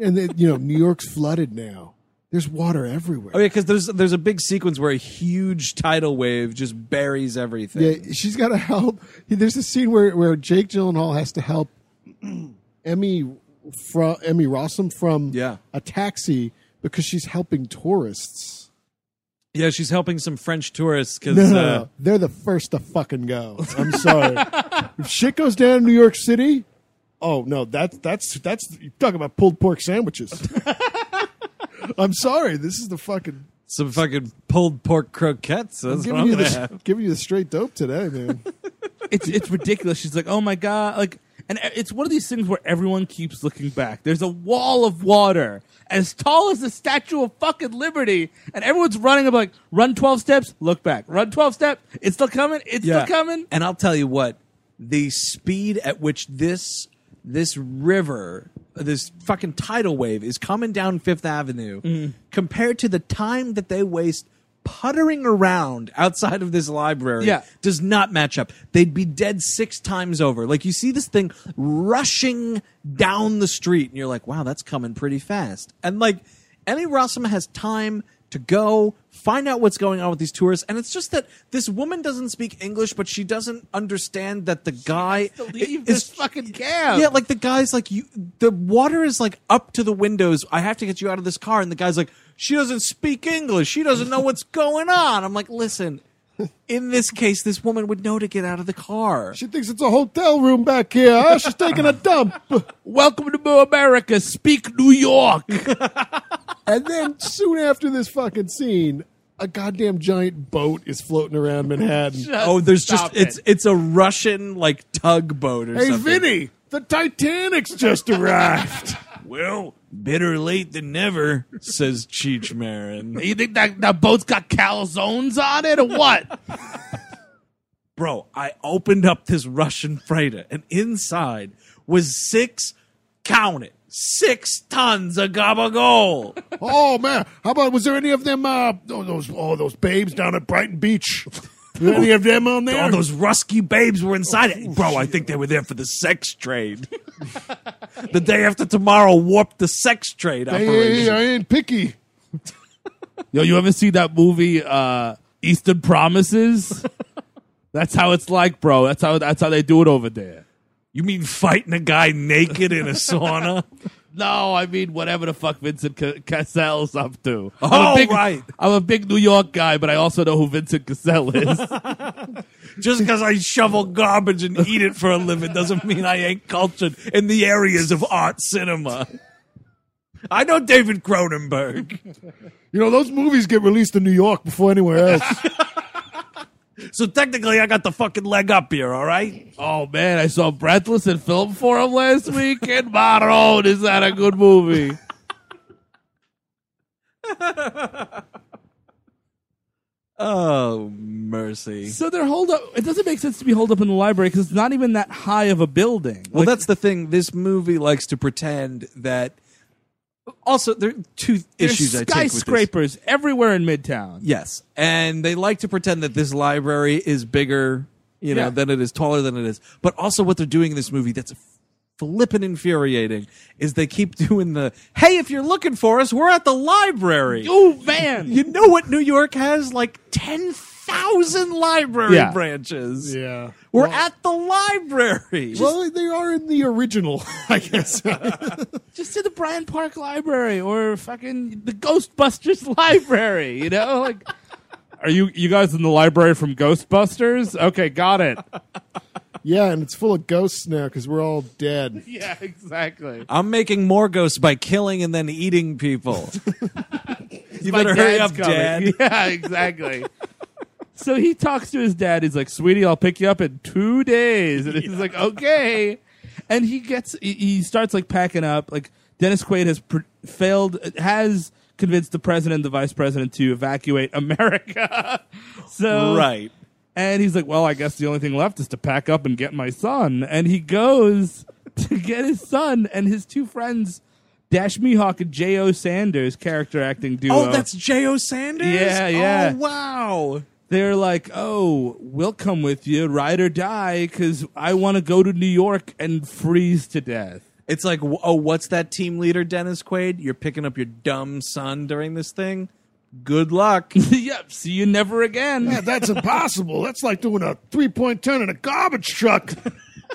C: and they, you know New York's flooded now. There's water everywhere.
A: Oh yeah, because there's there's a big sequence where a huge tidal wave just buries everything.
C: Yeah, she's got to help. There's a scene where, where Jake Gyllenhaal has to help Emmy from Emmy Rossum from
A: Yeah.
C: a taxi because she's helping tourists.
A: Yeah, she's helping some French tourists uh, because
C: No, no, no. they're the first to fucking go. I'm sorry. if shit goes down in New York City, oh no, that's that's that's you talking about pulled pork sandwiches. I'm sorry. This is the fucking
A: some fucking pulled pork croquettes. That's what
C: giving
A: I'm
C: you
A: gonna
C: the
A: have.
C: giving you the straight dope today, man.
B: it's it's ridiculous. She's like, oh my god, like, and e, it's one of these things where everyone keeps looking back. There's a wall of water as tall as the Statue of fucking Liberty, and everyone's running. I'm like, run twelve steps, look back, run twelve steps. It's still coming. It's still coming.
A: And I'll tell you what, the speed at which this this river, this fucking tidal wave is coming down Fifth Avenue,
B: Mm-hmm.
A: compared to the time that they waste puttering around outside of this library,
B: Yeah.
A: does not match up. They'd be dead six times over. Like you see this thing rushing down the street, and you're like, wow, that's coming pretty fast. And like Emmy Rossum has time to go find out what's going on with these tourists. And it's just that this woman doesn't speak English, but she doesn't understand that the guy
B: to leave
A: it-
B: this
A: it's-
B: fucking cab.
A: Yeah, like the guy's like you the water is like up to the windows. I have to get you out of this car. And the guy's like, She doesn't speak English. She doesn't know what's going on. I'm like, listen. In this case, this woman would know to get out of the car.
C: she thinks it's a hotel room back here. Huh? She's taking a dump.
B: Welcome to America. Speak New York.
C: And then soon after this fucking scene, a goddamn giant boat is floating around Manhattan.
A: Oh, there's
B: Stop
A: just it's
B: it.
A: it's a Russian like tugboat or
C: hey,
A: something.
C: Vinny, the Titanic's just arrived.
A: Well, better late than never, says Cheech Marin.
B: you think that that boat's got calzones on it or what?
A: Bro, I opened up this Russian freighter, and inside was six, count it, six tons of gabagol.
D: Oh man, how about was there any of them? Uh, oh, those oh those babes down at Brighton Beach.
C: Any of them on there?
A: All those rusky babes were inside
B: Oh,
A: it. Bro, I think they were there for the sex trade. the day after tomorrow warped the sex trade
C: Hey,
A: operation.
C: hey, I ain't picky.
B: Yo, you ever see that movie uh Eastern Promises? that's how it's like, bro. That's how that's how they do it over there.
A: You mean fighting a guy naked in a sauna?
B: No, I mean whatever the fuck Vincent C- Cassel's up to. Oh,
A: Oh,
B: I'm a big,
A: right.
B: I'm a big New York guy, but I also know who Vincent Cassell is.
A: Just because I shovel garbage and eat it for a living doesn't mean I ain't cultured in the areas of art cinema. I know David Cronenberg.
C: You know, those movies get released in New York before anywhere else.
A: So technically, I got the fucking leg up here, all right?
B: oh man, I saw Breathless in Film Forum last week, and my road is that a good movie?
A: Oh, mercy.
B: So they're holed up. It doesn't make sense to be holed up in the library because it's not even that high of a building.
A: Well, that's the thing. This movie likes to pretend that. Also, there are two
B: There's
A: issues I take with this.
B: skyscrapers everywhere in Midtown.
A: Yes, and they like to pretend that this library is bigger, you know,
B: Yeah.
A: than it is taller than it is. But also, what they're doing in this movie that's flippin' infuriating is they keep doing the "Hey, if you're looking for us, we're at the library."
B: Oh man,
A: You know what New York has? Like ten thousand library
B: Yeah.
A: branches.
C: yeah.
A: We're
C: well,
A: at the library.
C: well, they are in the original, I guess.
B: just to the Bryant Park Library or fucking the Ghostbusters Library. You know, like, are you you guys in the library from Ghostbusters? Okay, got it.
C: yeah, and it's full of ghosts now because we're all dead.
B: Yeah, exactly.
A: I'm making more ghosts by killing and then eating people. you
B: My
A: better hurry
B: dad's
A: up,
B: coming.
A: Dad.
B: Yeah, exactly. so he talks to his dad. He's like, "Sweetie, I'll pick you up in two days." And he's like, "Okay." And he gets he, he starts like packing up. Like Dennis Quaid has pr- failed has convinced the president and the vice president to evacuate America. so
A: Right.
B: and he's like, "Well, I guess the only thing left is to pack up and get my son." And he goes to get his son and his two friends, Dash Mehawk and J.O. Sanders, character acting duo.
A: Oh, that's J.O. Sanders?
B: Yeah, yeah.
A: Oh, wow.
B: they're like, "Oh, we'll come with you, ride or die, because I want to go to New York and freeze to death."
A: It's like, w- oh, what's that team leader, Dennis Quaid? You're picking up your dumb son during this thing? Good luck.
B: yep, see you never again.
C: Yeah, that's impossible. That's like doing a three point turn in a garbage truck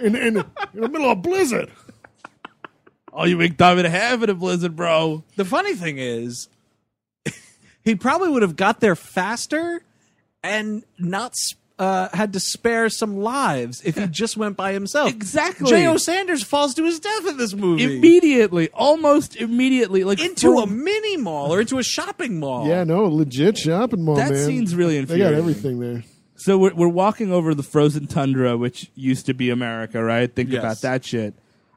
C: in, in, in the middle of a blizzard.
B: Oh, you make time and a half in a blizzard, bro.
A: the funny thing is, he probably would have got there faster and not s- uh, had to spare some lives if he just went by himself.
B: Exactly.
A: J.O. Sanders falls to his death in this movie.
B: Immediately, almost immediately, like
A: into
B: for-
A: a mini mall or into a shopping mall.
C: Yeah, no, legit shopping mall,
B: That
C: man.
B: scene's really
C: They got
B: infuriating.
C: everything there.
B: So we're, we're walking over the frozen tundra, which used to be America, right? Think
A: Yes.
B: about that shit.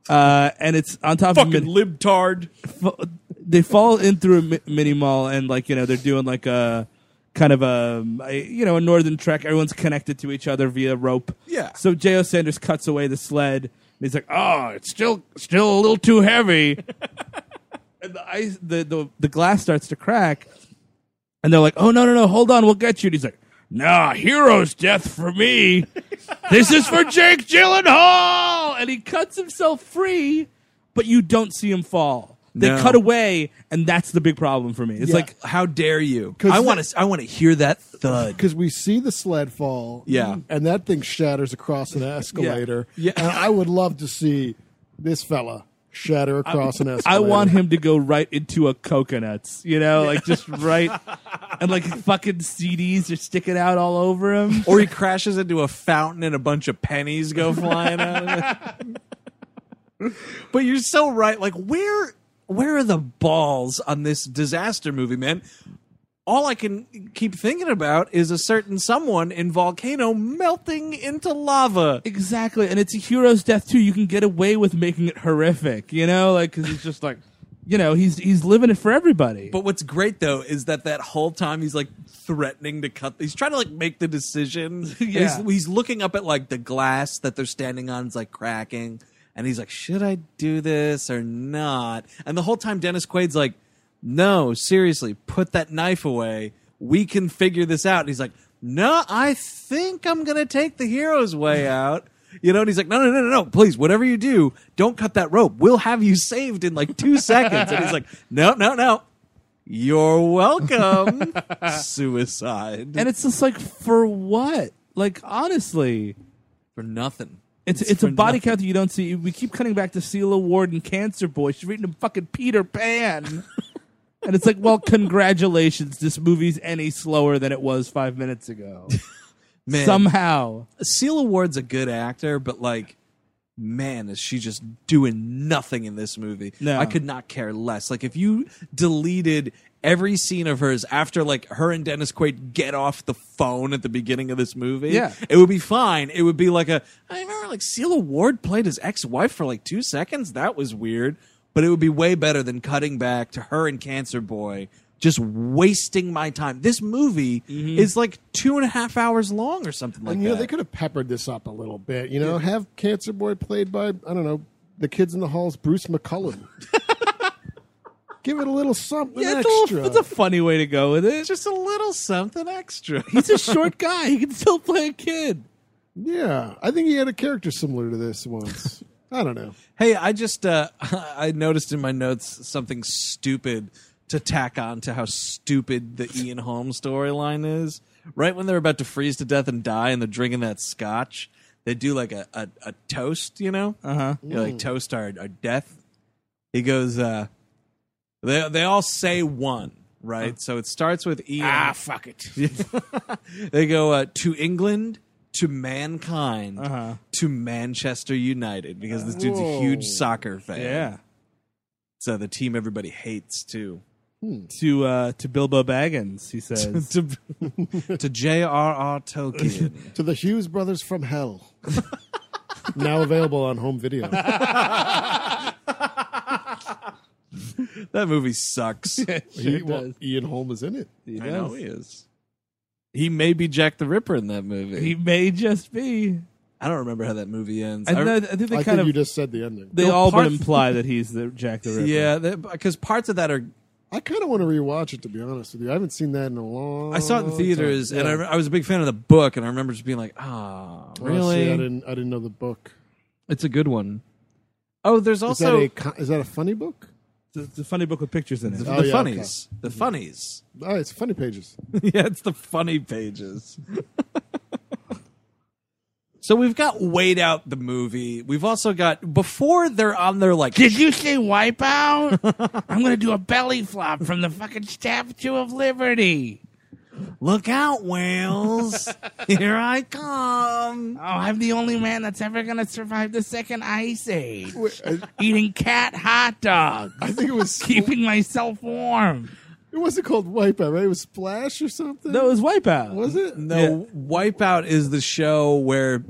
B: Uh, and it's on top of
A: Fucking
B: mid-
A: libtard.
B: fa- they fall in through a mi- mini mall and like you know they're doing like a kind of a a- you know a northern trek. Everyone's connected to each other via rope.
A: Yeah.
B: So J.O. Sanders cuts away the sled. And he's like, "Oh, it's still still a little too heavy." and the ice, the, the the glass starts to crack, and they're like, "Oh no no no, hold on, we'll get you." And he's like. Nah, hero's death for me. this is for Jake Gyllenhaal, and he cuts himself free, but you don't see him fall. They
A: No.
B: cut away, and that's the big problem for me. It's
C: Yeah.
B: like
A: How dare you?
C: 'Cause
A: I
C: the-
A: want to. I want to hear that thud.
C: Because we see the sled fall.
A: Yeah.
C: And that thing shatters across an escalator.
A: Yeah.
C: And I would love to see this fella shatter across an
B: I
C: escalator.
B: want him to go right into a coconuts, you know, like just right, and like fucking CDs are sticking out all over him.
A: Or he crashes into a fountain and a bunch of pennies go flying out. of it. but you're so right. Like where where are the balls on this disaster movie, man? All I can keep thinking about is a certain someone in volcano melting into lava.
B: Exactly, and it's a hero's death too. You can get away with making it horrific, you know, like because it's just like, you know, he's he's living it for everybody.
A: But what's great though is that that whole time he's like threatening to cut. He's trying to like make the decision. And He's,
B: Yeah.
A: he's looking up at like the glass that they're standing on is like cracking, and he's like, "Should I do this or not?" And the whole time Dennis Quaid's like, "No, seriously, put that knife away. We can figure this out." And he's like, no, I think I'm going to take the hero's way out. You know, and he's like, no, no, no, no, no, please, whatever you do, don't cut that rope. We'll have you saved in like two seconds. And he's like, no, no, no. You're welcome. Suicide.
B: And it's just like for what? Like honestly,
A: for nothing.
B: it's it's, a
A: for
B: body
A: nothing.
B: count that you don't see. We keep cutting back to Celia Ward and Cancer Boy. She's reading a fucking Peter Pan. And it's like, well, congratulations! This movie's any slower than it was five minutes ago.
A: Man.
B: Somehow,
A: Seal Ward's a good actor, but like, man, is she just doing nothing in this movie?
B: No.
A: I could not care less. Like, if you deleted every scene of hers after like her and Dennis Quaid get off the phone at the beginning of this movie,
B: Yeah.
A: it would be fine. It would be like a I remember like Seal Ward played his ex-wife for like two seconds. That was weird, but it would be way better than cutting back to her and Cancer Boy. Just wasting my time. This movie is like two and a half hours long or something like
C: Mm-hmm. and,
A: that.
C: you know, they could have peppered this up a little bit. You know, have Cancer Boy played by, I don't know, the kids in the halls, Bruce McCullum. Give it a little something
B: yeah, it's a,
C: extra.
B: little- it's a funny way to go with it.
A: just a little something extra.
B: He's a short guy. He can still play a kid.
C: yeah, I think he had a character similar to this once. I don't know.
A: hey, I just uh, I noticed in my notes something stupid to tack on to how stupid the Ian Holmes storyline is. Right when they're about to freeze to death and die, and they're drinking that scotch, they do like a a, a toast, you know, uh-huh. like toast our, our death. He goes, uh, they they all say one, right? So it starts with Ian.
D: Ah, fuck it.
A: They go uh, to England, to mankind,
B: Uh-huh.
A: to Manchester United because this dude's a huge soccer fan. so the team everybody hates too.
B: To uh, to Bilbo Baggins, he says.
A: to to J.R.R. Tolkien.
C: To the Hughes Brothers from Hell. now available on home video.
A: that movie sucks.
C: He- well, Ian Holm is in it.
B: He
A: I know
B: does.
A: he is. He may be Jack the Ripper in that movie.
B: He may just be.
A: I don't remember how that movie ends.
B: I,
A: I-
B: know- I think they
C: I
B: kind
C: think you
B: of
C: just said the ending.
B: they
A: No,
B: all
A: part-
B: but imply that he's the Jack the Ripper.
A: yeah, because parts of that are
C: I kind of want to rewatch it, to be honest with you. I haven't seen that in Oh, a long
A: I saw it in theaters, and I, re- I was a big fan of the book, and I remember just being like, "Ah,
C: time. Honestly, I
A: really?
C: didn't, I didn't know the book.
A: It's a good one." Oh, there's
C: Is,
A: also
C: that a, co- is that a funny book?
B: It's, it's a funny book with pictures in it.
A: the,
C: Oh, yeah,
A: funnies, the funnies.
C: Oh, it's funny pages.
A: yeah, it's the funny pages. so we've got wait out the movie. We've also got before they're on their like
D: Did you say wipeout? I'm gonna do a belly flop from the fucking Statue of Liberty.
A: look out whales, here I come.
D: Oh,
C: Ah,
D: I'm the only man that's ever gonna survive the second ice age. Eating cat hot dogs,
C: I think it was.
D: keeping myself warm.
C: It wasn't called Wipeout, right? It was Splash or something?
B: No, it was Wipeout.
C: Was it?
A: No, Wipeout is the show where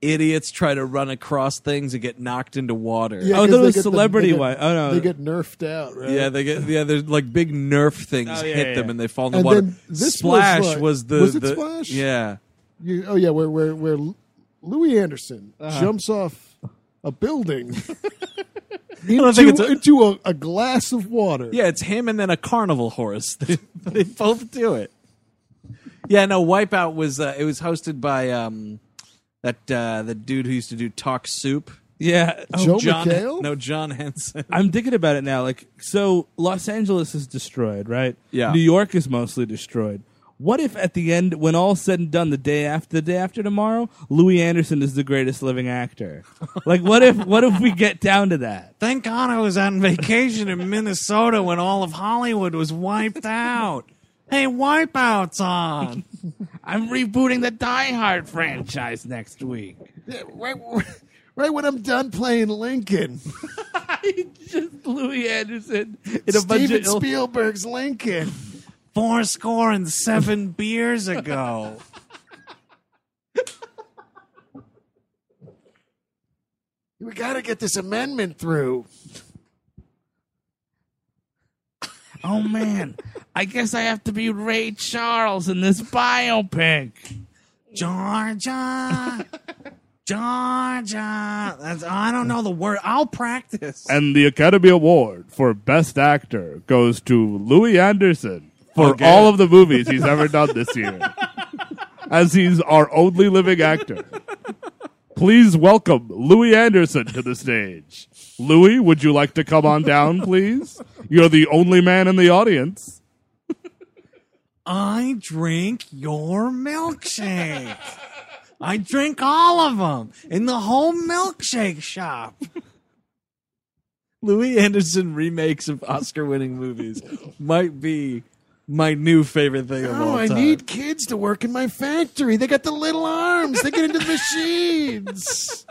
A: idiots try to run across things and get knocked into water.
C: Yeah,
B: I thought
C: 'cause
B: it
C: they
B: was
C: get the-
B: Celebrity
C: they get-
B: Wipe- oh, no.
C: They get nerfed out, right?
A: Yeah, they get yeah. There's like big Nerf things
B: Oh, yeah,
A: hit
B: yeah,
A: them,
B: yeah.
A: and they fall in the
C: And
A: water.
C: then this was
A: Splash was,
C: like-
A: the
C: was it
A: the-
C: Splash?
A: Yeah,
C: You, oh, yeah, where, where, where L- Louis Anderson
A: Uh-huh.
C: jumps off a building
A: I don't
C: into,
A: think it's a,
C: into a, a glass of water.
A: yeah. It's him and then a carnival horse. they, they both do it. Yeah, no. Wipeout was uh, it was hosted by um that uh, the dude who used to do Talk Soup.
B: Yeah. Oh,
C: Joe
A: John
C: McHale?
A: no John Henson.
B: I'm thinking about it now. Like, so Los Angeles is destroyed, right?
A: Yeah.
B: New York is mostly destroyed. What if at the end, when all's said and done, the day after the day after tomorrow, Louis Anderson is the greatest living actor? like, what if what if we get down to that?
A: Thank God I was on vacation in Minnesota when all of Hollywood was wiped out. Hey, Wipeout's on.
D: I'm rebooting the Die Hard franchise next week.
C: Yeah, right, right when I'm done playing Lincoln.
B: Just Louis Anderson in a bunch
C: Steven
B: of ill-
C: Spielberg's Lincoln.
A: Four score and seven beers ago.
C: We got to get this amendment through.
D: Oh man, I guess I have to be Ray Charles in this biopic.
A: Georgia. Georgia. That's, I don't know the word. I'll practice.
E: And the Academy Award for Best Actor goes to Louis Anderson for
A: Okay.
E: all of the movies he's ever done this year. as he's our only living actor. Please welcome Louis Anderson to the stage. Louis, would you like to come on down, please? You're the only man in the audience.
A: I drink your milkshake. I drink all of them in the whole milkshake shop. Louis Anderson remakes of Oscar winning movies might be my new favorite thing of all
C: Oh, I
A: time.
C: need kids to work in my factory. They got the little arms. They get into the machines.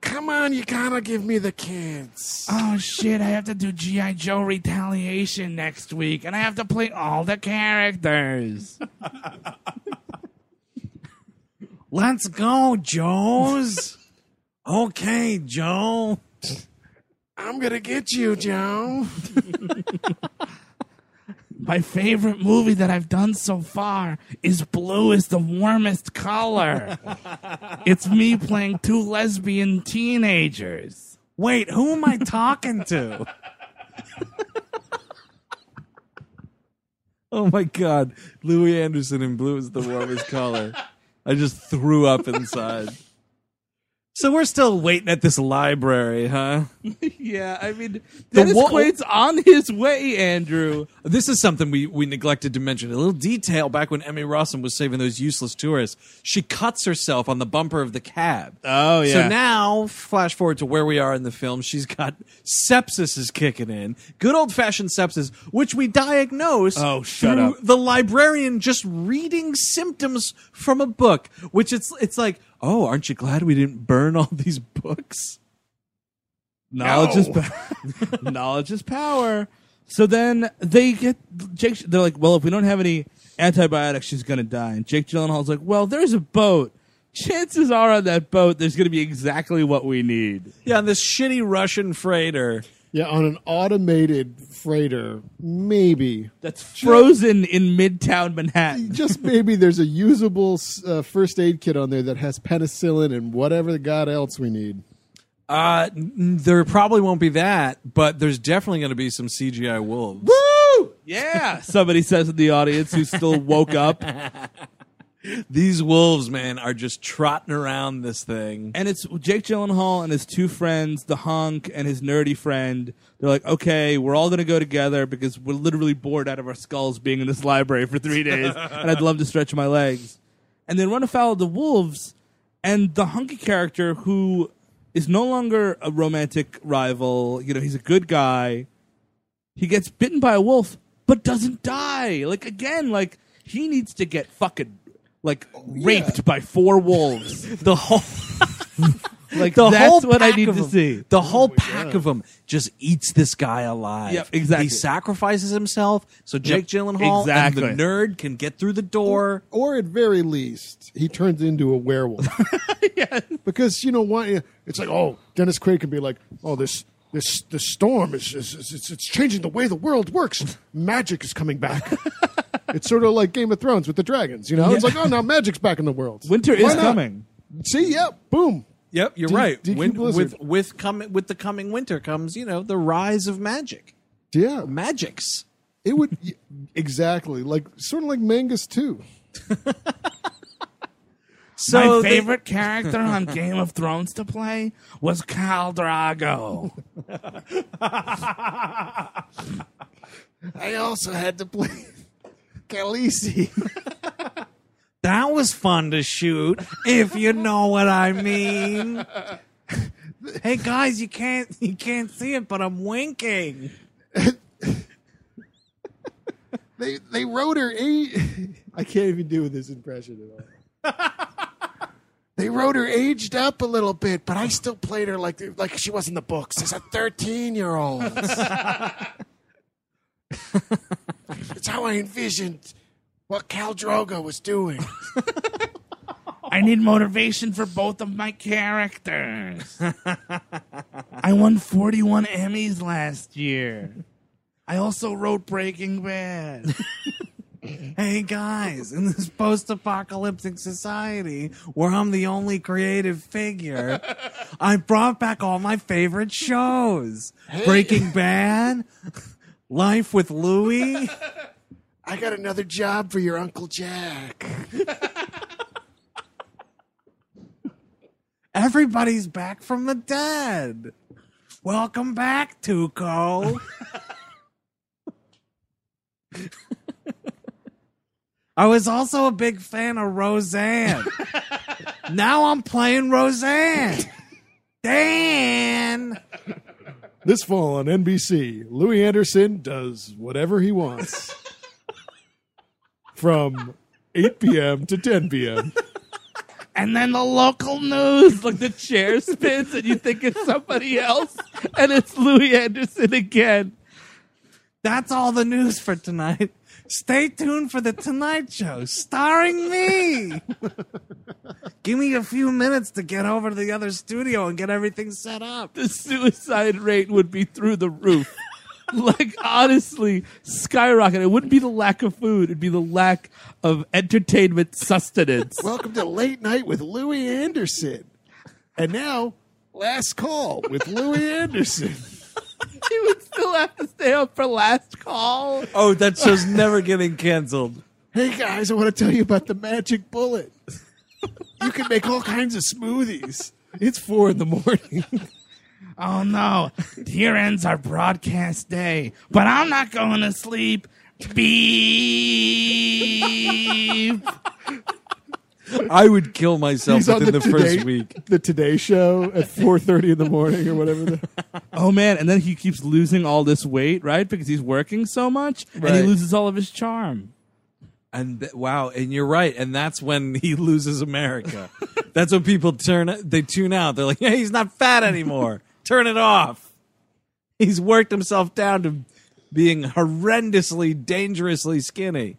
C: Come on, you gotta give me the kids.
F: Oh shit, I have to do G.I. Joe Retaliation next week, and I have to play all the characters.
A: Let's go, Joes. okay, Joe.
C: I'm gonna get you, Joe.
F: My favorite movie that I've done so far is Blue is the Warmest Color. it's me playing two lesbian teenagers.
A: Wait, who am I talking to? oh my god, Louis Anderson in blue is the warmest color. I just threw up inside. So we're still waiting at this library, huh?
B: Yeah, I mean,
A: The
B: Dennis
A: wa-
B: Quaid's on his way, Andrew.
A: This is something we, we neglected to mention. A little detail back when Emmy Rossum was saving those useless tourists, she cuts herself on the bumper of the cab.
B: Oh,
A: So now, flash forward to where we are in the film, she's got sepsis is kicking in. Good old fashioned sepsis, which we diagnose
B: Oh, shut
A: through
B: up.
A: the librarian just reading symptoms from a book, which it's it's like, oh, aren't you glad we didn't burn all these books?
B: Knowledge is power. Knowledge is power. So then they get Jake. They're like, well, if we don't have any antibiotics, she's gonna die. And Jake Gyllenhaal's like, well, there's a boat. Chances are on that boat, there's gonna be exactly what we need.
A: Yeah, and this shitty Russian freighter.
C: Yeah, on an automated freighter, maybe.
B: That's frozen in Midtown Manhattan.
C: Just maybe there's a usable uh, first aid kit on there that has penicillin and whatever the god else we need.
A: Uh, n- there probably won't be that, but there's definitely going to be some CGI wolves.
B: Woo! Yeah, somebody says in the audience who still woke up,
A: These wolves, man, are just trotting around this thing.
B: and it's Jake Gyllenhaal and his two friends, the hunk and his nerdy friend. They're like, okay, we're all gonna go together because we're literally bored out of our skulls being in this library for three days, and I'd love to stretch my legs. And then run afoul of the wolves and the hunky character who is no longer a romantic rival. You know, he's a good guy. he gets bitten by a wolf but doesn't die like again like he needs to get fucking like raped by four wolves
A: The whole
B: like
A: the
B: that's
A: whole
B: what i
A: pack
B: need
A: of
B: to
A: them-
B: see
A: The whole pack of them just eats this guy alive.
B: Yep, exactly.
A: He sacrifices himself so Jake Gyllenhaal
B: exactly.
A: and the nerd can get through the door.
C: or at very least, he turns into a werewolf. Because you know why? It's like, oh, Dennis Quaid can be like, oh, this this this storm is, is, is it's, it's changing the way the world works. Magic is coming back. it's sort of like Game of Thrones with the dragons. You know, it's like, oh, now magic's back in the world.
B: winter
C: Why
B: is
C: not?
B: coming
C: See, yeah, boom.
A: Yep, you're
C: D-
A: right.
C: DQ
A: Win-
C: Blizzard.
A: with with coming with the coming winter comes, you know, the rise of magic.
C: Yeah,
A: Magics.
C: it would y- exactly like sort of like Mangus too.
A: So
F: My
A: they-
F: favorite character on Game of Thrones to play was Khal Drago.
C: I also had to play Khaleesi.
A: that was fun to shoot, if you know what I mean. hey guys, you can't you can't see it, but I'm winking.
C: They they wrote her age. I can't even do this impression at all. they wrote her aged up a little bit, but I still played her like like she was in the books as a thirteen year old. it's how I envisioned what Cal Drogo was doing.
F: I need motivation for both of my characters. I won 41 Emmys last year. I also wrote Breaking Bad.
A: Hey guys, in this post apocalyptic society where I'm the only creative figure, I brought back all my favorite shows Breaking Bad, Life with Louie.
C: I got another job for your Uncle Jack.
A: Everybody's back from the dead. Welcome back, Tuco. I was also a big fan of Roseanne. now I'm playing Roseanne. Dan.
C: This fall on NBC, Louis Anderson does whatever he wants from 8 p.m. to 10 p.m.
F: And then the local news.
B: Like the chair spins and you think it's somebody else, and it's Louis Anderson again.
A: That's all the news for tonight. Stay tuned for the Tonight Show starring me. Give me a few minutes to get over to the other studio and get everything set up.
B: The suicide rate would be through the roof. like honestly, skyrocket. It wouldn't be the lack of food; it'd be the lack of entertainment sustenance.
C: Welcome to Late Night with Louis Anderson. And now, Last Call with Louis Anderson.
B: you would still have to stay up for last call.
A: Oh, that show's never getting canceled.
C: Hey guys, I want to tell you about the magic bullet. You can make all kinds of smoothies. It's four in the morning.
F: Oh no, here ends our broadcast day, but I'm not going to sleep. Beep.
A: I would kill myself
C: He's on
A: within the,
C: Today-
A: first week.
C: The Today Show at four thirty in the morning or whatever. The,
B: Oh man, and then he keeps losing all this weight, right? Because he's working so much, and he
A: Right.
B: loses all of his charm.
A: And th- wow, and you're right. And that's when he loses America. that's when people turn they tune out. They're like, "Hey, he's not fat anymore. turn it off." He's worked himself down to being horrendously, dangerously skinny.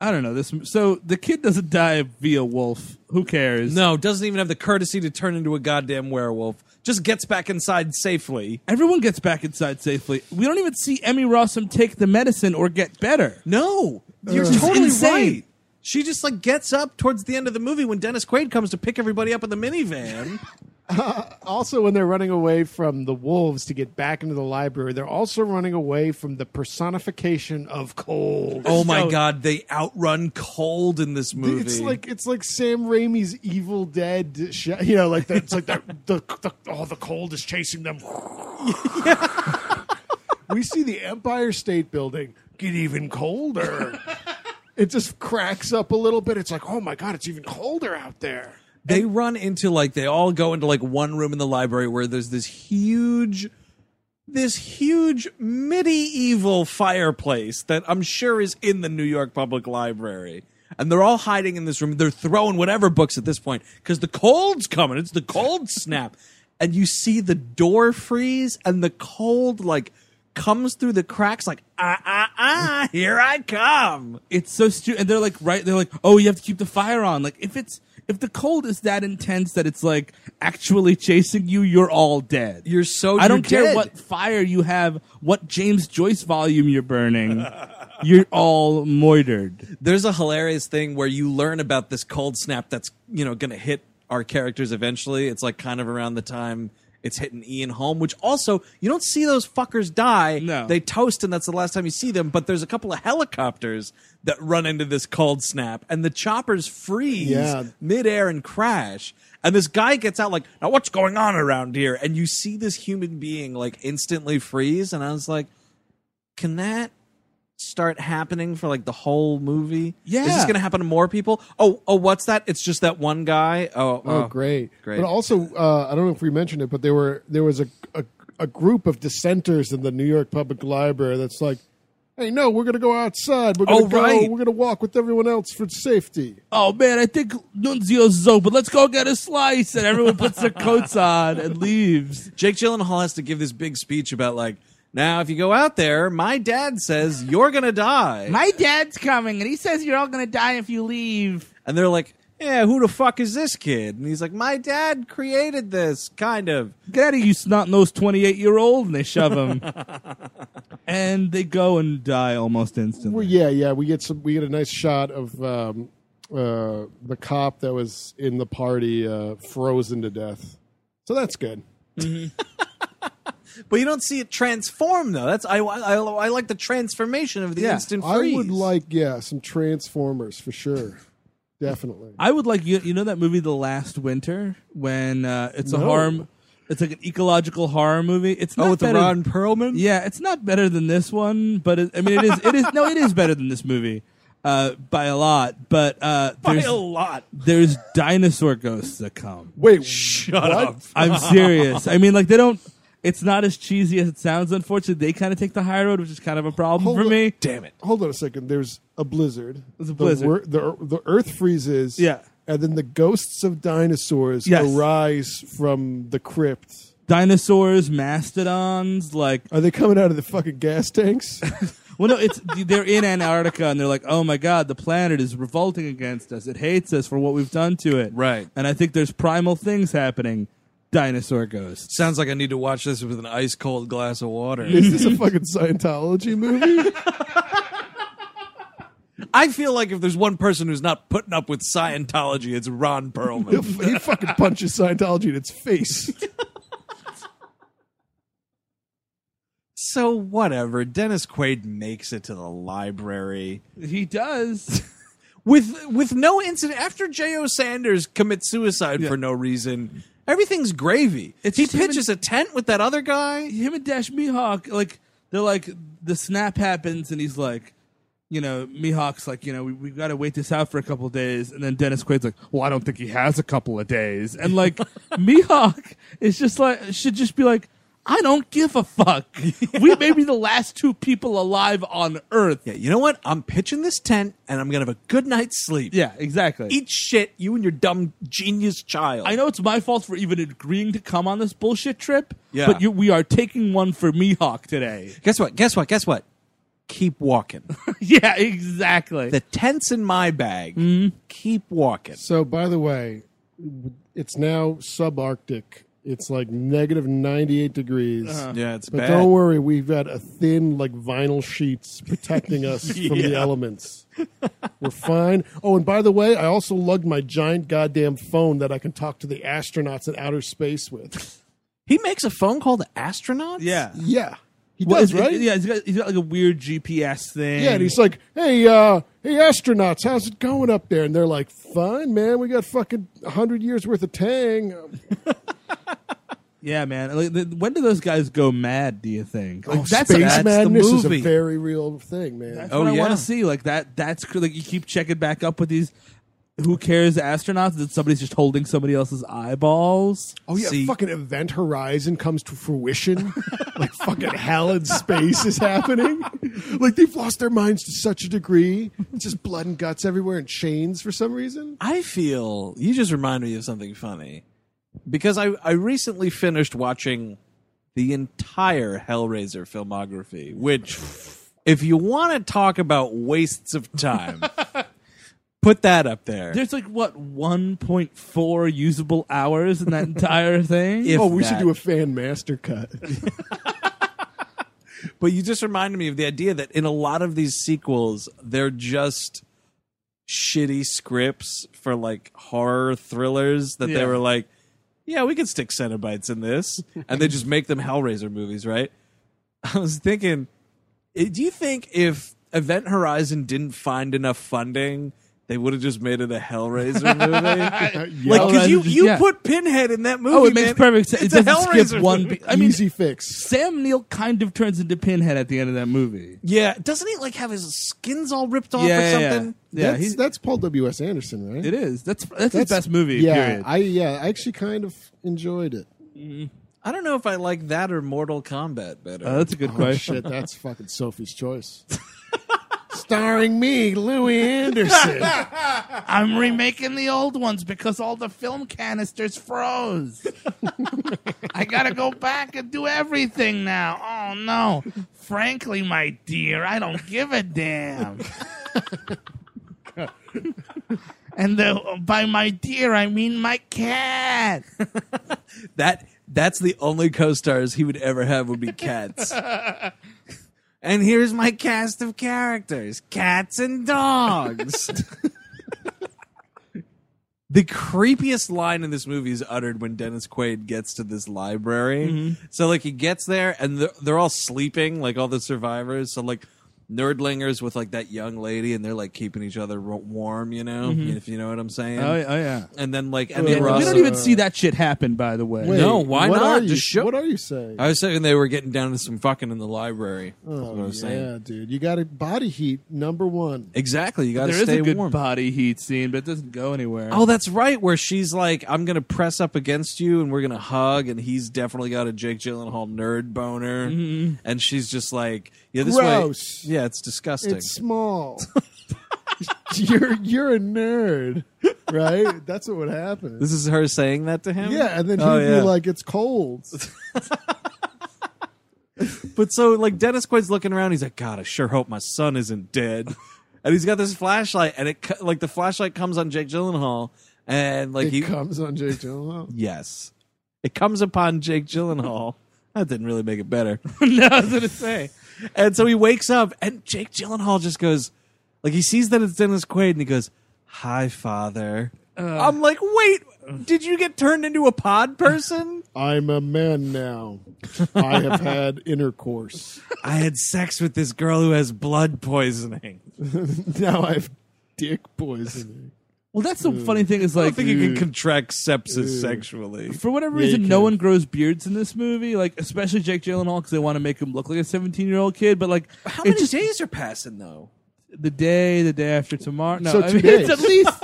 B: I don't know this. So the kid doesn't die via wolf. Who cares?
A: No, doesn't even have the courtesy to turn into a goddamn werewolf. Just gets back inside safely.
B: Everyone gets back inside safely. We don't even see Emmy Rossum take the medicine or get better.
A: No, you're
C: Uh.
B: Ugh.
A: totally
B: Insane.
A: right. She just like gets up towards the end of the movie when Dennis Quaid comes to pick everybody up in the minivan.
C: also, when they're running away from the wolves to get back into the library, they're also running away from the personification of cold.
A: Oh my god, they outrun cold in this movie.
C: It's like it's like Sam Raimi's Evil Dead, sh- you know, like that. It's like that. The, the oh, the cold is chasing them. we see the Empire State Building get even colder. it just cracks up a little bit. It's like, oh my god, it's even colder out there.
A: they run into like they all go into like one room in the library where there's this huge this huge medieval fireplace that I'm sure is in the New York Public Library. And they're all hiding in this room. They're throwing whatever books at this point because the cold's coming. It's the cold snap. And you see the door freeze and the cold like comes through the cracks like, ah, ah, ah, here I come.
B: It's so stupid. And they're like, right? They're like, oh, you have to keep the fire on. Like, if it's if the cold is that intense that it's like actually chasing you, you're all dead.
A: You're so
B: I don't
A: you're
B: care
A: dead.
B: what fire you have, what James Joyce volume you're burning. you're all moitered.
A: there's a hilarious thing where you learn about this cold snap that's you know going to hit our characters eventually. It's like kind of around the time it's hitting Ian home, which also you don't see those fuckers die.
B: No.
A: they toast, and that's the last time you see them. But there's a couple of helicopters that run into this cold snap, and the choppers freeze
C: Yeah.
A: midair and crash. And this guy gets out like, now what's going on around here? And you see this human being like instantly freeze, and I was like, can that start happening for like the whole movie?
B: Yeah.
A: Is this going to happen to more people? Oh, oh, what's that? It's just that one guy. Oh,
C: Oh,
A: oh.
C: great,
A: great.
C: But also, uh, I don't know if we mentioned it, but there were there was a, a a group of dissenters in the New York Public Library that's like, hey, no, we're gonna go outside. We're gonna
A: Oh,
C: go.
A: right.
C: We're gonna walk with everyone else for safety.
B: Oh man, I think Nunzio's so, but let's go get a slice. And everyone puts their coats on and leaves.
A: Jake Gyllenhaal has to give this big speech about like, now if you go out there, my dad says you're going to die,
F: My dad's coming, and he says you're all going to die if you leave.
A: and they're like. Yeah, who the fuck is this kid? And he's like, my dad created this, kind of.
B: Get out of here, you snot nosed 28 year old. And they shove him. and they go and die almost instantly.
C: Well, yeah, yeah. We get some. We get a nice shot of um, uh, the cop that was in the party uh, frozen to death. So that's good.
A: But you don't see it transform though. That's I I, I like the transformation of the instant
C: I
A: freeze.
C: would like yeah some Transformers for sure. Definitely.
B: I would like you. You know that movie, The Last Winter, when uh, it's a
C: No.
B: harm. It's like an ecological horror movie. It's not
A: Oh, with the
B: better-
A: Ron Perlman.
B: Yeah, it's not better than this one, but it, I mean, it is. It is no, it is better than this movie uh, by a lot. But uh, there's
A: lot.
B: there's dinosaur ghosts that come.
C: Wait,
A: Shut up.
B: I'm serious. I mean, like they don't. It's not as cheesy as it sounds. Unfortunately, they kind of take the high road, which is kind of a problem
C: Hold
B: for
C: on.
B: me.
A: Damn it.
C: hold on a second. There's a blizzard.
B: There's a
C: The
B: blizzard.
C: wor- The, ear- the, earth freezes.
B: Yeah.
C: And then the ghosts of dinosaurs
B: Yes.
C: arise from the crypt.
B: Dinosaurs, mastodons, like
C: Are they coming out of the fucking gas tanks?
B: Well, no, it's they're in Antarctica and they're like, oh my god, the planet is revolting against us. It hates us for what we've done to it.
A: Right.
B: And I think there's primal things happening. Dinosaur ghosts.
A: Sounds like I need to watch this with an ice cold glass of water.
C: Is this a fucking Scientology movie?
A: I feel like if there's one person who's not putting up with Scientology, it's Ron
C: He'll-
A: Perlman.
C: he fucking punches Scientology in its face.
A: so whatever. Dennis Quaid makes it to the library
B: He does.
A: with with no incident. After J.O. Sanders commits suicide for no reason, everything's gravy.
B: It's
A: he
B: just him and-
A: pitches a tent with that other guy.
B: Him and Dash Mihawk, like they're like the snap happens and he's like, you know, Mihawk's like, you know, we we gotta wait this out for a couple of days, and then Dennis Quaid's like,
E: Well, I don't think he has a couple of days.
B: and like Mihawk is just like should just be like, I don't give a fuck. We may be the last two people alive on Earth.
A: Yeah, you know what? I'm pitching this tent, and I'm gonna have a good night's sleep.
B: Yeah, exactly.
A: Eat shit, you and your dumb genius child.
B: I know it's my fault for even agreeing to come on this bullshit trip.
A: Yeah.
B: But you, we are taking one for Mihawk today.
A: Guess what? Guess what? Guess what? Keep walking.
B: yeah, exactly.
A: the tent's in my bag. Keep walking.
C: So, by the way, it's now subarctic. It's like negative 98 degrees.
B: Uh-huh.
A: Yeah, it's
C: But
A: bad.
C: don't worry, we've got a thin, like vinyl sheets protecting us from the elements. We're fine. Oh, and by the way, I also lugged my giant goddamn phone that I can talk to the astronauts in outer space with.
A: He makes a phone call to astronauts?
B: yeah.
C: Yeah, he
B: Well,
C: does,
B: it's-
C: right?
B: it- yeah, he's got, he's got like a weird GPS thing.
C: Yeah, and he's like, "Hey, uh, hey, astronauts, how's it going up there?" And they're like, "Fine, man. We got fucking hundred years worth of tang."
A: Oh,
B: yeah, man. Like, the, when do those guys go mad? Do you think? Like,
A: that's-
C: Oh, Space
A: that's the
C: madness is a
A: movie.
C: very real thing, man.
B: That's
A: Oh,
B: what I
A: yeah.
B: want to see. Like that. That's cr- like you keep checking back up with these. Who cares? Astronauts that somebody's just holding somebody else's eyeballs.
C: Oh yeah,
A: See-
C: fucking Event Horizon comes to fruition. like fucking hell in space is happening. Like they've lost their minds to such a degree. It's just blood and guts everywhere and chains for some reason.
A: I feel you just remind me of something funny because I, I recently finished watching the entire Hellraiser filmography, which, if you want to talk about wastes of time, put that up there.
B: There's like what 1.4 usable hours in that entire thing.
A: If
C: oh, we should
A: that.
C: do a fan master cut. Uh,
A: But you just reminded me of the idea that in a lot of these sequels, they're just shitty scripts for like horror thrillers that
B: Yeah.
A: they were like, yeah, we could stick Cenobites in this. and they just make them Hellraiser movies, right? I was thinking, eh, do you think if Event Horizon didn't find enough funding, they would have just made it a Hellraiser movie? like, because you,
B: Hellraiser just-
A: you
B: yeah.
A: put Pinhead in that movie.
B: Oh, it makes
A: man.
B: perfect sense. It
A: It's a
B: doesn't skip
A: Hellraiser
B: one.
A: movie.
B: beat. I mean,
C: Easy fix.
B: Sam Neill kind of turns into Pinhead at the end of that movie.
A: Yeah, doesn't he like have his skins all ripped off
B: yeah,
A: or
B: yeah,
A: something?
B: yeah. Yeah,
C: that's,
B: he's-
C: that's Paul W. S. Anderson, right?
B: it is. That's that's, his
C: That's-
B: best movie.
C: Yeah,
B: period.
C: I yeah, I actually kind of enjoyed it.
A: I don't know if I like that or Mortal Kombat better.
B: Uh, that's a good
C: Oh,
B: question.
C: shit, that's fucking Sophie's choice. Starring me, Louis Anderson.
F: I'm remaking the old ones because all the film canisters froze. I gotta go back and do everything now. Oh no. Frankly, my dear, I don't give a damn. and the, by my dear, I mean my cat.
B: Oh,
A: that that's the only co-stars he would ever have would be cats. and here's my cast of characters: cats and dogs. the creepiest line in this movie is uttered when Dennis Quaid gets to this Mm-hmm. library. So like he gets there and they're, they're all sleeping, like all the survivors. So like nerdlingers with like that young lady, and they're like keeping each other ro- warm, you know, if you know what I'm saying.
B: Oh, yeah, oh, yeah.
A: And then like Emmy
C: Yeah,
B: We
A: Rossum.
B: don't even see that shit happen, by the way.
A: uh, No, why
C: what
A: not?
C: Are you,
A: Just show-
C: What are you saying? Oh,
A: I was saying they were getting down to some fucking in the library. That's what I was saying.
C: yeah, dude. You got to body heat number one.
A: Exactly. You got to
B: There is
A: stay
B: a good
A: warm.
B: body heat scene, but it doesn't go anywhere.
A: Oh, that's right. Where she's like, "I'm gonna press up against you, and we're gonna hug," and he's definitely got a Jake Gyllenhaal nerd boner, and she's just like, "Yeah, this
C: Mm-hmm. Gross.
A: way, yeah, it's disgusting."
C: It's small. you're you're a nerd, right? That's what would happen.
A: this is her saying that to him.
C: Yeah, and then he'd
A: Oh, yeah.
C: be like, "It's cold."
A: But so like Dennis Quaid's looking around. He's like, God, I sure hope my son isn't dead. and he's got this flashlight, and it co- like the flashlight comes on Jake Gyllenhaal, and like
C: it
A: he
C: comes on Jake Gyllenhaal.
A: yes, it comes upon Jake Gyllenhaal. That didn't really make it better.
B: no, I was gonna say.
A: and so he wakes up, and Jake Gyllenhaal just goes, like he sees that it's Dennis Quaid, and he goes, "Hi, father." I'm like, wait, did you get turned into a pod person?
C: I'm a man now. I have had intercourse.
A: I had sex with this girl who has blood poisoning.
C: Now I've dick poisoning.
B: Well, that's the funny thing is
A: I
B: like
A: don't think you can contract sepsis sexually.
B: for whatever
C: you
B: reason, no
C: can.
B: one grows beards in this movie. Like especially Jake Gyllenhaal because they want to make him look like a seventeen-year-old kid. But like,
A: How
B: it's
A: many
B: just
A: days are passing though?
B: the day, the day after tomorrow. No,
C: So
B: I
C: two
B: mean,
C: days.
B: it's at least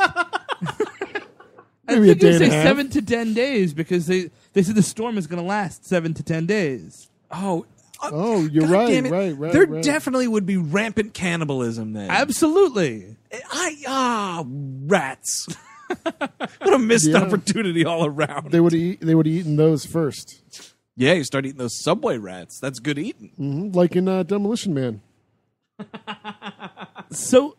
C: Maybe
B: I
C: a
B: think they
C: day and
B: say
C: a half.
B: seven to ten days because they they said the storm is going to last seven to ten days.
A: Oh, uh,
C: Oh, you're
A: God
C: right,
A: damn it.
C: right, right,
A: There
C: right.
A: definitely would be rampant cannibalism then.
B: Absolutely.
A: I ah rats. what a missed
C: Yeah.
A: opportunity all around.
C: They would eat. They would have eaten those first,
A: yeah, you start eating those subway rats. That's good eating.
E: Mm.
C: like in uh, Demolition Man.
B: So,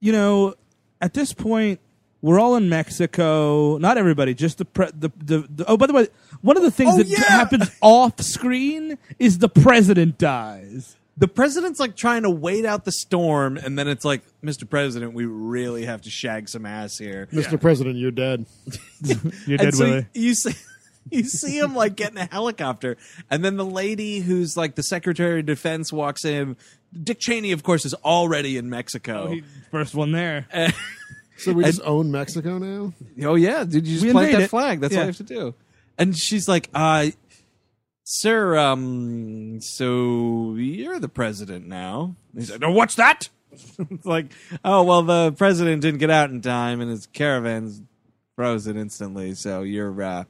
B: you know, at this point, we're all in Mexico. Not everybody, just the pre- the, the, the. Oh, by the way, one of the things
A: Oh,
B: that
A: yeah!
B: happens off screen is the president dies.
A: The president's like trying to wait out the storm, and then it's like, Mr. President, we really have to shag some ass here.
C: Mr. President, you're dead.
E: You're
A: And
E: dead,
A: so
E: Willie.
A: You see, you see him like getting a helicopter, and then the lady who's like the Secretary of Defense walks in. Dick Cheney, of course, is already in Mexico. Oh,
B: First one there.
A: Uh,
C: So we just own Mexico now.
A: Oh, yeah, dude, you just
B: We
A: plant
B: invade
A: that
B: it.
A: flag. That's all
B: Yeah.
A: you have to do. And she's like, uh, "Sir, um, so you're the president now." And he's like, "No, what's that?" it's like, "Oh, well, the president didn't get out in time, and his caravan's frozen instantly. So you're uh,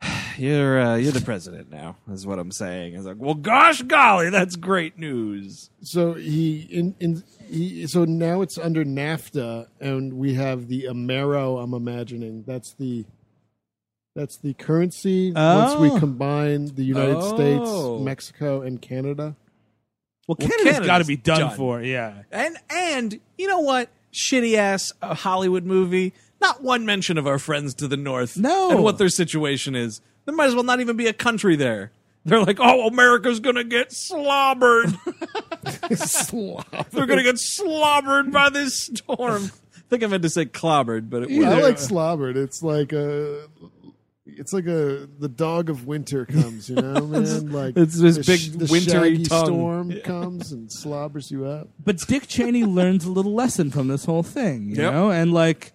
A: you're uh, you're the president now, is what I'm saying. It's like, well, gosh, golly, that's great news.
C: So he in in he, so now it's under NAFTA, and we have the Amero. I'm imagining that's the that's the currency once we
B: Oh.
C: combine the United
A: Oh.
C: States, Mexico, and Canada.
B: Well,
A: Well,
B: Canada's
A: Canada's
B: got to be done,
A: done.
B: for. Yeah.
A: And and you know what? Shitty ass uh, Hollywood movie. Not one mention of our friends to the north.
B: No.
A: and what their situation is. There might as well not even be a country there. They're like, oh, America's gonna get slobbered. They're gonna get slobbered by this storm. I think I meant to say clobbered, but it was.
C: I like slobbered. It's like a it's like a the dog of winter comes. You know, man. Like
A: it's this
C: the
A: big
C: the
A: wintry
C: shaggy
A: tongue.
C: storm comes and slobbers you up.
B: But Dick Cheney learns a little lesson from this whole thing, you
A: Yep.
B: know, and like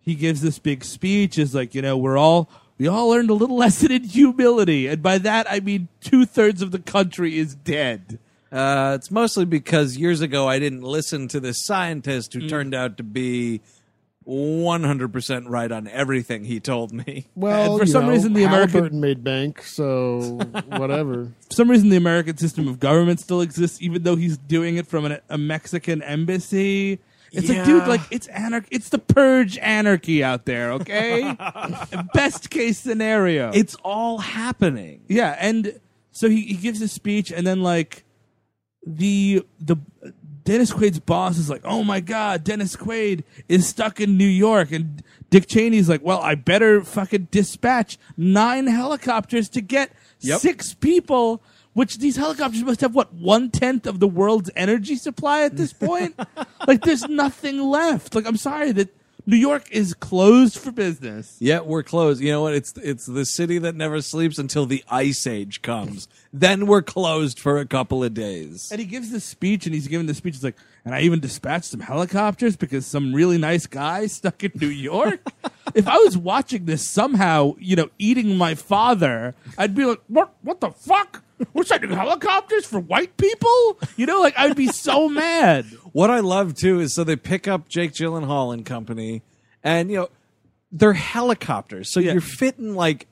B: he gives this big speech. Is like, you know, we're all we all learned a little lesson in humility, and by that I mean two thirds of the country is dead.
A: Uh, it's mostly because years ago I didn't listen to this scientist who turned out to be 100% right on everything he told me.
C: Well,
B: for
C: you
B: some
C: know,
B: reason, the American-
C: Halliburton made bank, so whatever.
B: For some reason, the American system of government still exists, even though he's doing it from an, a Mexican embassy. It's like, dude,
A: Yeah.
B: like it's anarchy. It's the purge anarchy out there. Okay, best case scenario.
A: It's all happening.
B: Yeah, and so he, he gives a speech, and then like the the Dennis Quaid's boss is like, "Oh my God, Dennis Quaid is stuck in New York," and Dick Cheney's like, "Well, I better fucking dispatch nine helicopters to get
A: Yep.
B: six people." Which these helicopters must have what one tenth of the world's energy supply at this point. like, there's nothing left. Like, I'm sorry that
F: New York is closed for business.
A: Yet we're closed. You know what? It's it's the city that never sleeps until the ice age comes. then we're closed for a couple of days.
B: And he gives this speech, and he's giving the speech. He's like, and I even dispatched some helicopters because some really nice guy stuck in New York. if I was watching this somehow, you know, eating my father, I'd be like, what? What the fuck? We're sending helicopters for white people? You know, like I'd be so mad.
A: What I love too is so they pick up Jake Gyllenhaal and company, and you know they're helicopters, so you're fitting like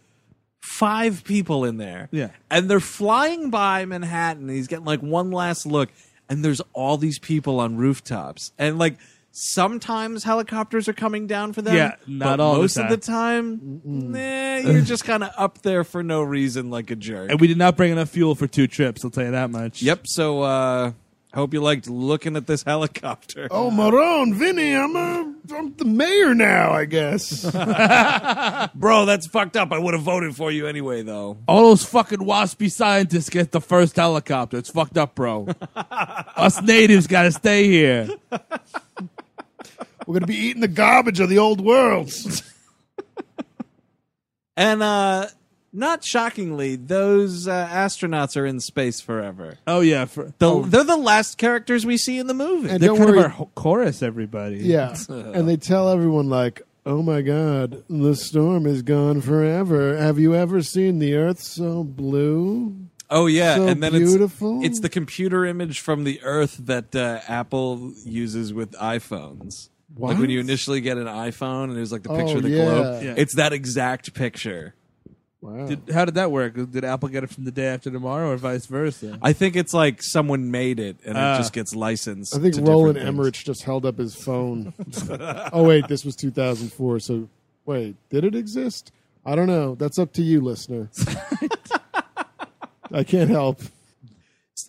A: five people in there.
B: Yeah.
A: and they're flying by Manhattan. And he's getting like one last look, and there's all these people on rooftops, and like sometimes helicopters are coming down for them.
B: Yeah, not
A: but
B: all the
A: most of the time. Nah, you're just kind of up there for no reason, like a jerk.
B: And we did not bring enough fuel for two trips. I'll tell you that much.
A: Yep. So uh hope you liked looking at this helicopter.
C: Oh, Marone, Vinny, I'm, a, I'm the mayor now, I guess.
A: Bro, that's fucked up. I would have voted for you anyway though.
B: All those fucking waspy scientists get the first helicopter. It's fucked up, bro. Us natives gotta stay here.
C: We're going to be eating the garbage of the old world.
A: And uh not shockingly, those uh, astronauts are in space forever.
B: Oh yeah, for,
A: The,
B: oh,
A: They're the last characters we see in the movie.
C: And
B: they're
C: don't
B: kind
C: worry.
B: of our ho- chorus, everybody.
C: yeah. and they tell everyone, like, oh my God, the storm is gone forever. Have you ever seen the earth so blue?
A: oh yeah,
C: so
A: and then
C: beautiful.
A: it's it's the computer image from the Earth that uh, Apple uses with iPhones. Like when you initially get an iPhone and there's like the picture
C: Oh,
A: of the
C: yeah.
A: globe,
B: Yeah.
A: it's that exact picture.
C: Wow.
B: Did, how did that work? Did Apple get it from the day after tomorrow, or vice versa?
A: I think it's like someone made it and
B: Ah.
A: it just gets licensed.
C: I think
A: to
C: Roland
A: different things.
C: Emmerich just held up his phone. oh wait, this was 2004. So wait, did it exist? I don't know. That's up to you, listener. I can't help.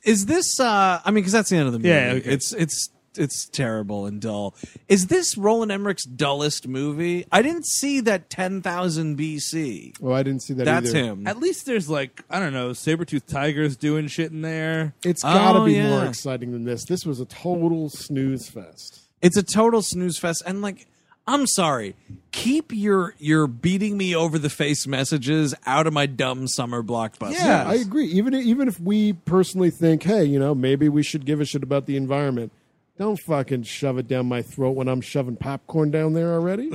A: Is this? uh I mean, because that's the end of the movie.
B: Yeah, okay.
A: It's it's it's terrible and dull. Is this Roland Emmerich's dullest movie? I didn't see that ten thousand BC.
C: Oh, I didn't see that.
A: That's
C: either.
A: him.
B: At least there's like I don't know, saber tooth tigers doing shit in there.
C: It's got to
A: Oh,
C: be
A: yeah.
C: more exciting than this. This was a total snooze fest.
A: It's a total snooze fest. And like, I'm sorry. Keep your your beating me over the face messages out of my dumb summer blockbuster.
C: I agree. Even even if we personally think, hey, you know, maybe we should give a shit about the environment. Don't fucking shove it down my throat when I'm shoving popcorn down there already.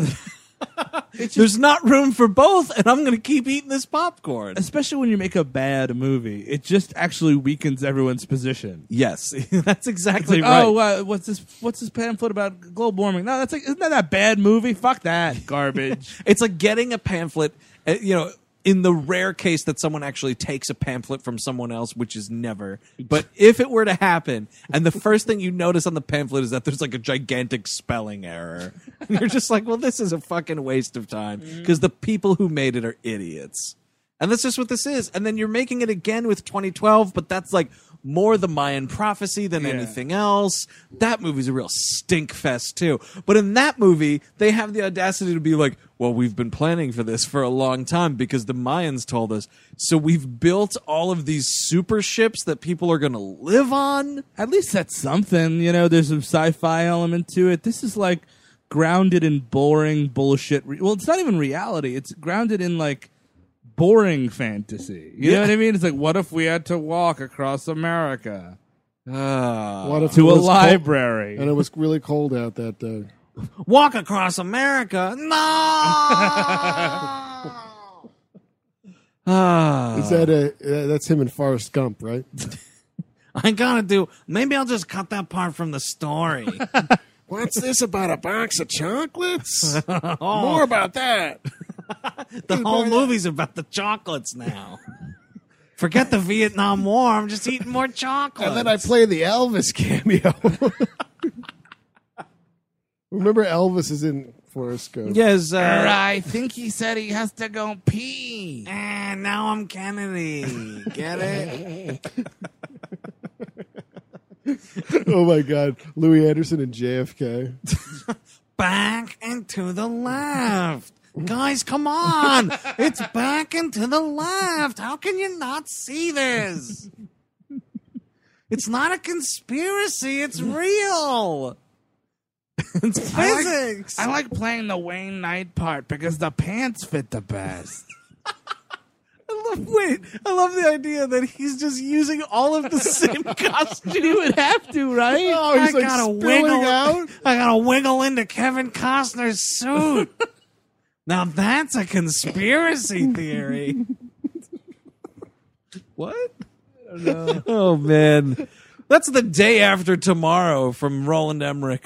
A: There's not room for both, and I'm gonna keep eating this popcorn.
B: Especially when you make a bad movie, it just actually weakens everyone's position.
A: Yes, that's
B: It's like,
A: exactly right.
B: oh, uh, what's this? What's this pamphlet about global warming? No, that's like, isn't that that bad movie? Fuck that garbage.
A: It's like getting a pamphlet, uh, you know, in the rare case that someone actually takes a pamphlet from someone else, which is never. But if it were to happen, and the first thing you notice on the pamphlet is that there's like a gigantic spelling error, and you're just like, well, this is a fucking waste of time because the people who made it are idiots. And that's just what this is. And then you're making it again with 2012, but that's like more the Mayan prophecy than anything else. That movie's a real stink fest too. But in that movie, they have the audacity to be like, well, we've been planning for this for a long time because the Mayans told us. So we've built all of these super ships that people are going to live on.
B: At least that's something. You know, there's some sci-fi element to it. This is like grounded in boring bullshit. Re- well, it's not even reality. It's grounded in like boring fantasy. You know what I mean? It's like, what if we had to walk across America
A: Uh,
C: What if it
B: to
C: was
B: a
C: cold-
B: library?
C: And it was really cold out that uh, day.
A: walk across America. No! Ah.
C: Is that a uh, that's him and Forrest Gump, right?
A: I gotta do. Maybe I'll just cut that part from the story.
C: What's this about a box of chocolates?
A: Oh.
C: More about that.
A: the whole movie's about the chocolates now. Forget the Vietnam War. I'm just eating more chocolate.
C: And then I play the Elvis cameo. Remember Elvis is in Forrest Gump.
A: yes.
F: Or
A: Uh,
F: I think he said he has to go pee.
A: and now I'm Kennedy. Get it?
C: Oh my god. Louis Anderson and JFK.
A: Back and to the left. Guys, come on. It's back and to the left. How can you not see this? It's not a conspiracy. It's real. it's physics.
F: I like playing the Wayne Knight part because the pants fit the best.
A: I love, wait, I love the idea that he's just using all of the same costume.
B: He would have to, right?
C: Oh, he's
A: I
C: like
A: gotta
C: spilling
A: wiggle
C: out.
A: I gotta wiggle into Kevin Costner's suit. now that's a conspiracy theory. what? Oh man, that's the day after tomorrow from Roland Emmerich,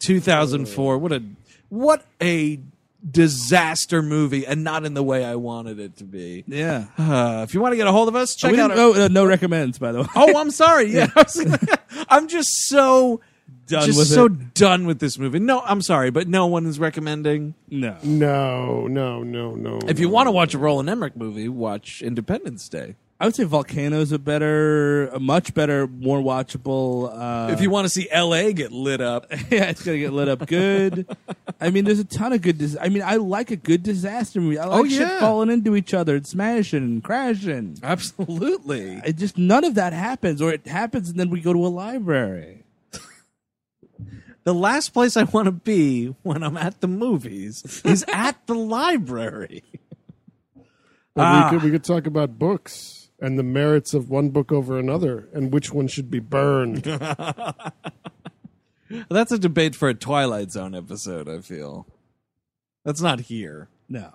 A: 2004. What a what a disaster movie, and not in the way I wanted it to be.
B: Yeah.
A: Uh, if you want to get a hold of us, check
B: We
A: out.
B: didn't-
A: Our,
B: oh, uh, no recommends, by the way.
A: Oh, I'm sorry. Yeah, I was like- I'm just so
B: Done
A: just
B: with
A: so
B: it.
A: done with this movie. No, I'm sorry, but no one is recommending.
B: No.
C: No, no, no, no.
A: If you want to watch a Roland Emmerich movie, watch Independence Day.
B: I would say Volcano's a better, a much better, more watchable. Uh,
A: If you want to see L.A. get lit up,
B: yeah, it's gonna get lit up good. I mean, there's a ton of good. Dis- I mean, I like a good disaster movie. I like
A: Oh, yeah.
B: shit falling into each other and smashing and crashing.
A: absolutely.
B: It just none of that happens, or it happens and then we go to a library.
A: The last place I want to be when I'm at the movies is at the library.
B: ah.
C: Well, we, could, we could talk about books and the merits of one book over another and which one should be burned.
A: That's a debate for a Twilight Zone episode. I feel that's not here.
B: No,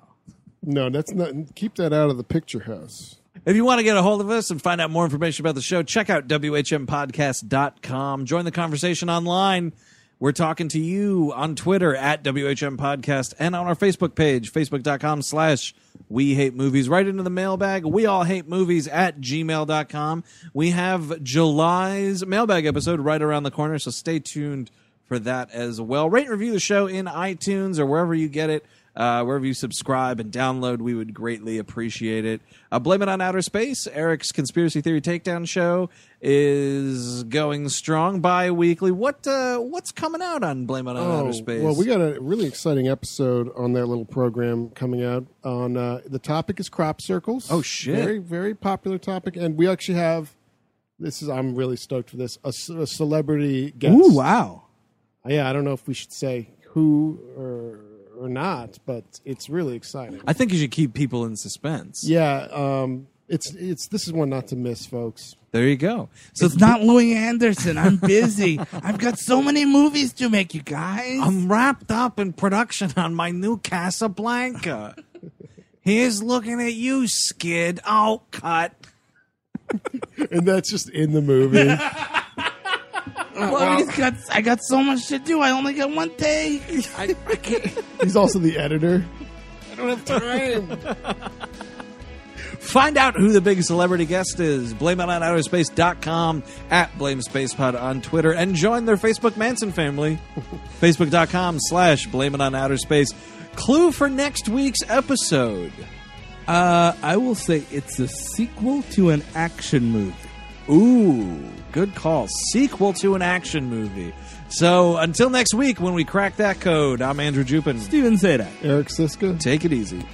C: no, that's not. Keep that out of the picture house.
A: If you want to get a hold of us and find out more information about the show, check out WHMPodcast.com. Join the conversation online. We're talking to you on Twitter at WHM Podcast and on our Facebook page, facebook.com slash we hate movies. Right into the mailbag, we all hate movies at gmail.com. We have July's mailbag episode right around the corner, so stay tuned for that as well. Rate and review the show in iTunes or wherever you get it. Uh, wherever you subscribe and download, we would greatly appreciate it. Uh, Blame It on Outer Space, Eric's Conspiracy Theory Takedown Show is going strong bi weekly. What, uh, what's coming out on Blame It on Outer Space?
C: Oh, Well, we got a really exciting episode on their little program coming out. On uh, the topic is crop circles.
A: Oh, shit.
C: Very very popular topic, and we actually have. This is I'm really stoked for this. A, ce- a celebrity guest. Uh,
B: ooh, wow.
C: Yeah, I don't know if we should say who or or not, but it's really exciting.
A: I think you should keep people in suspense.
C: Yeah, um, it's it's this is one not to miss, folks.
A: There you go. So
F: It's not Louis Anderson. I'm busy. I've got so many movies to make, you guys.
A: I'm wrapped up in production on my new Casablanca. Here's looking at you, Skid. Oh, cut.
C: And that's just in the movie.
F: Well, he's got, I got so much to do. I only got one day.
C: He's also the editor.
A: Find out who the big celebrity guest is. Blame it on outerspace.com at Blame Space Pod on Twitter and join their Facebook Manson family. Facebook.com slash Blame It on Outer Space. Clue for next week's episode.
B: Uh, I will say it's a sequel to an action movie.
A: Ooh, good call. Sequel to an action movie. So until next week when we crack that code, I'm Andrew Jupin.
B: Steven Zeta.
C: Eric Siska.
A: Take it easy.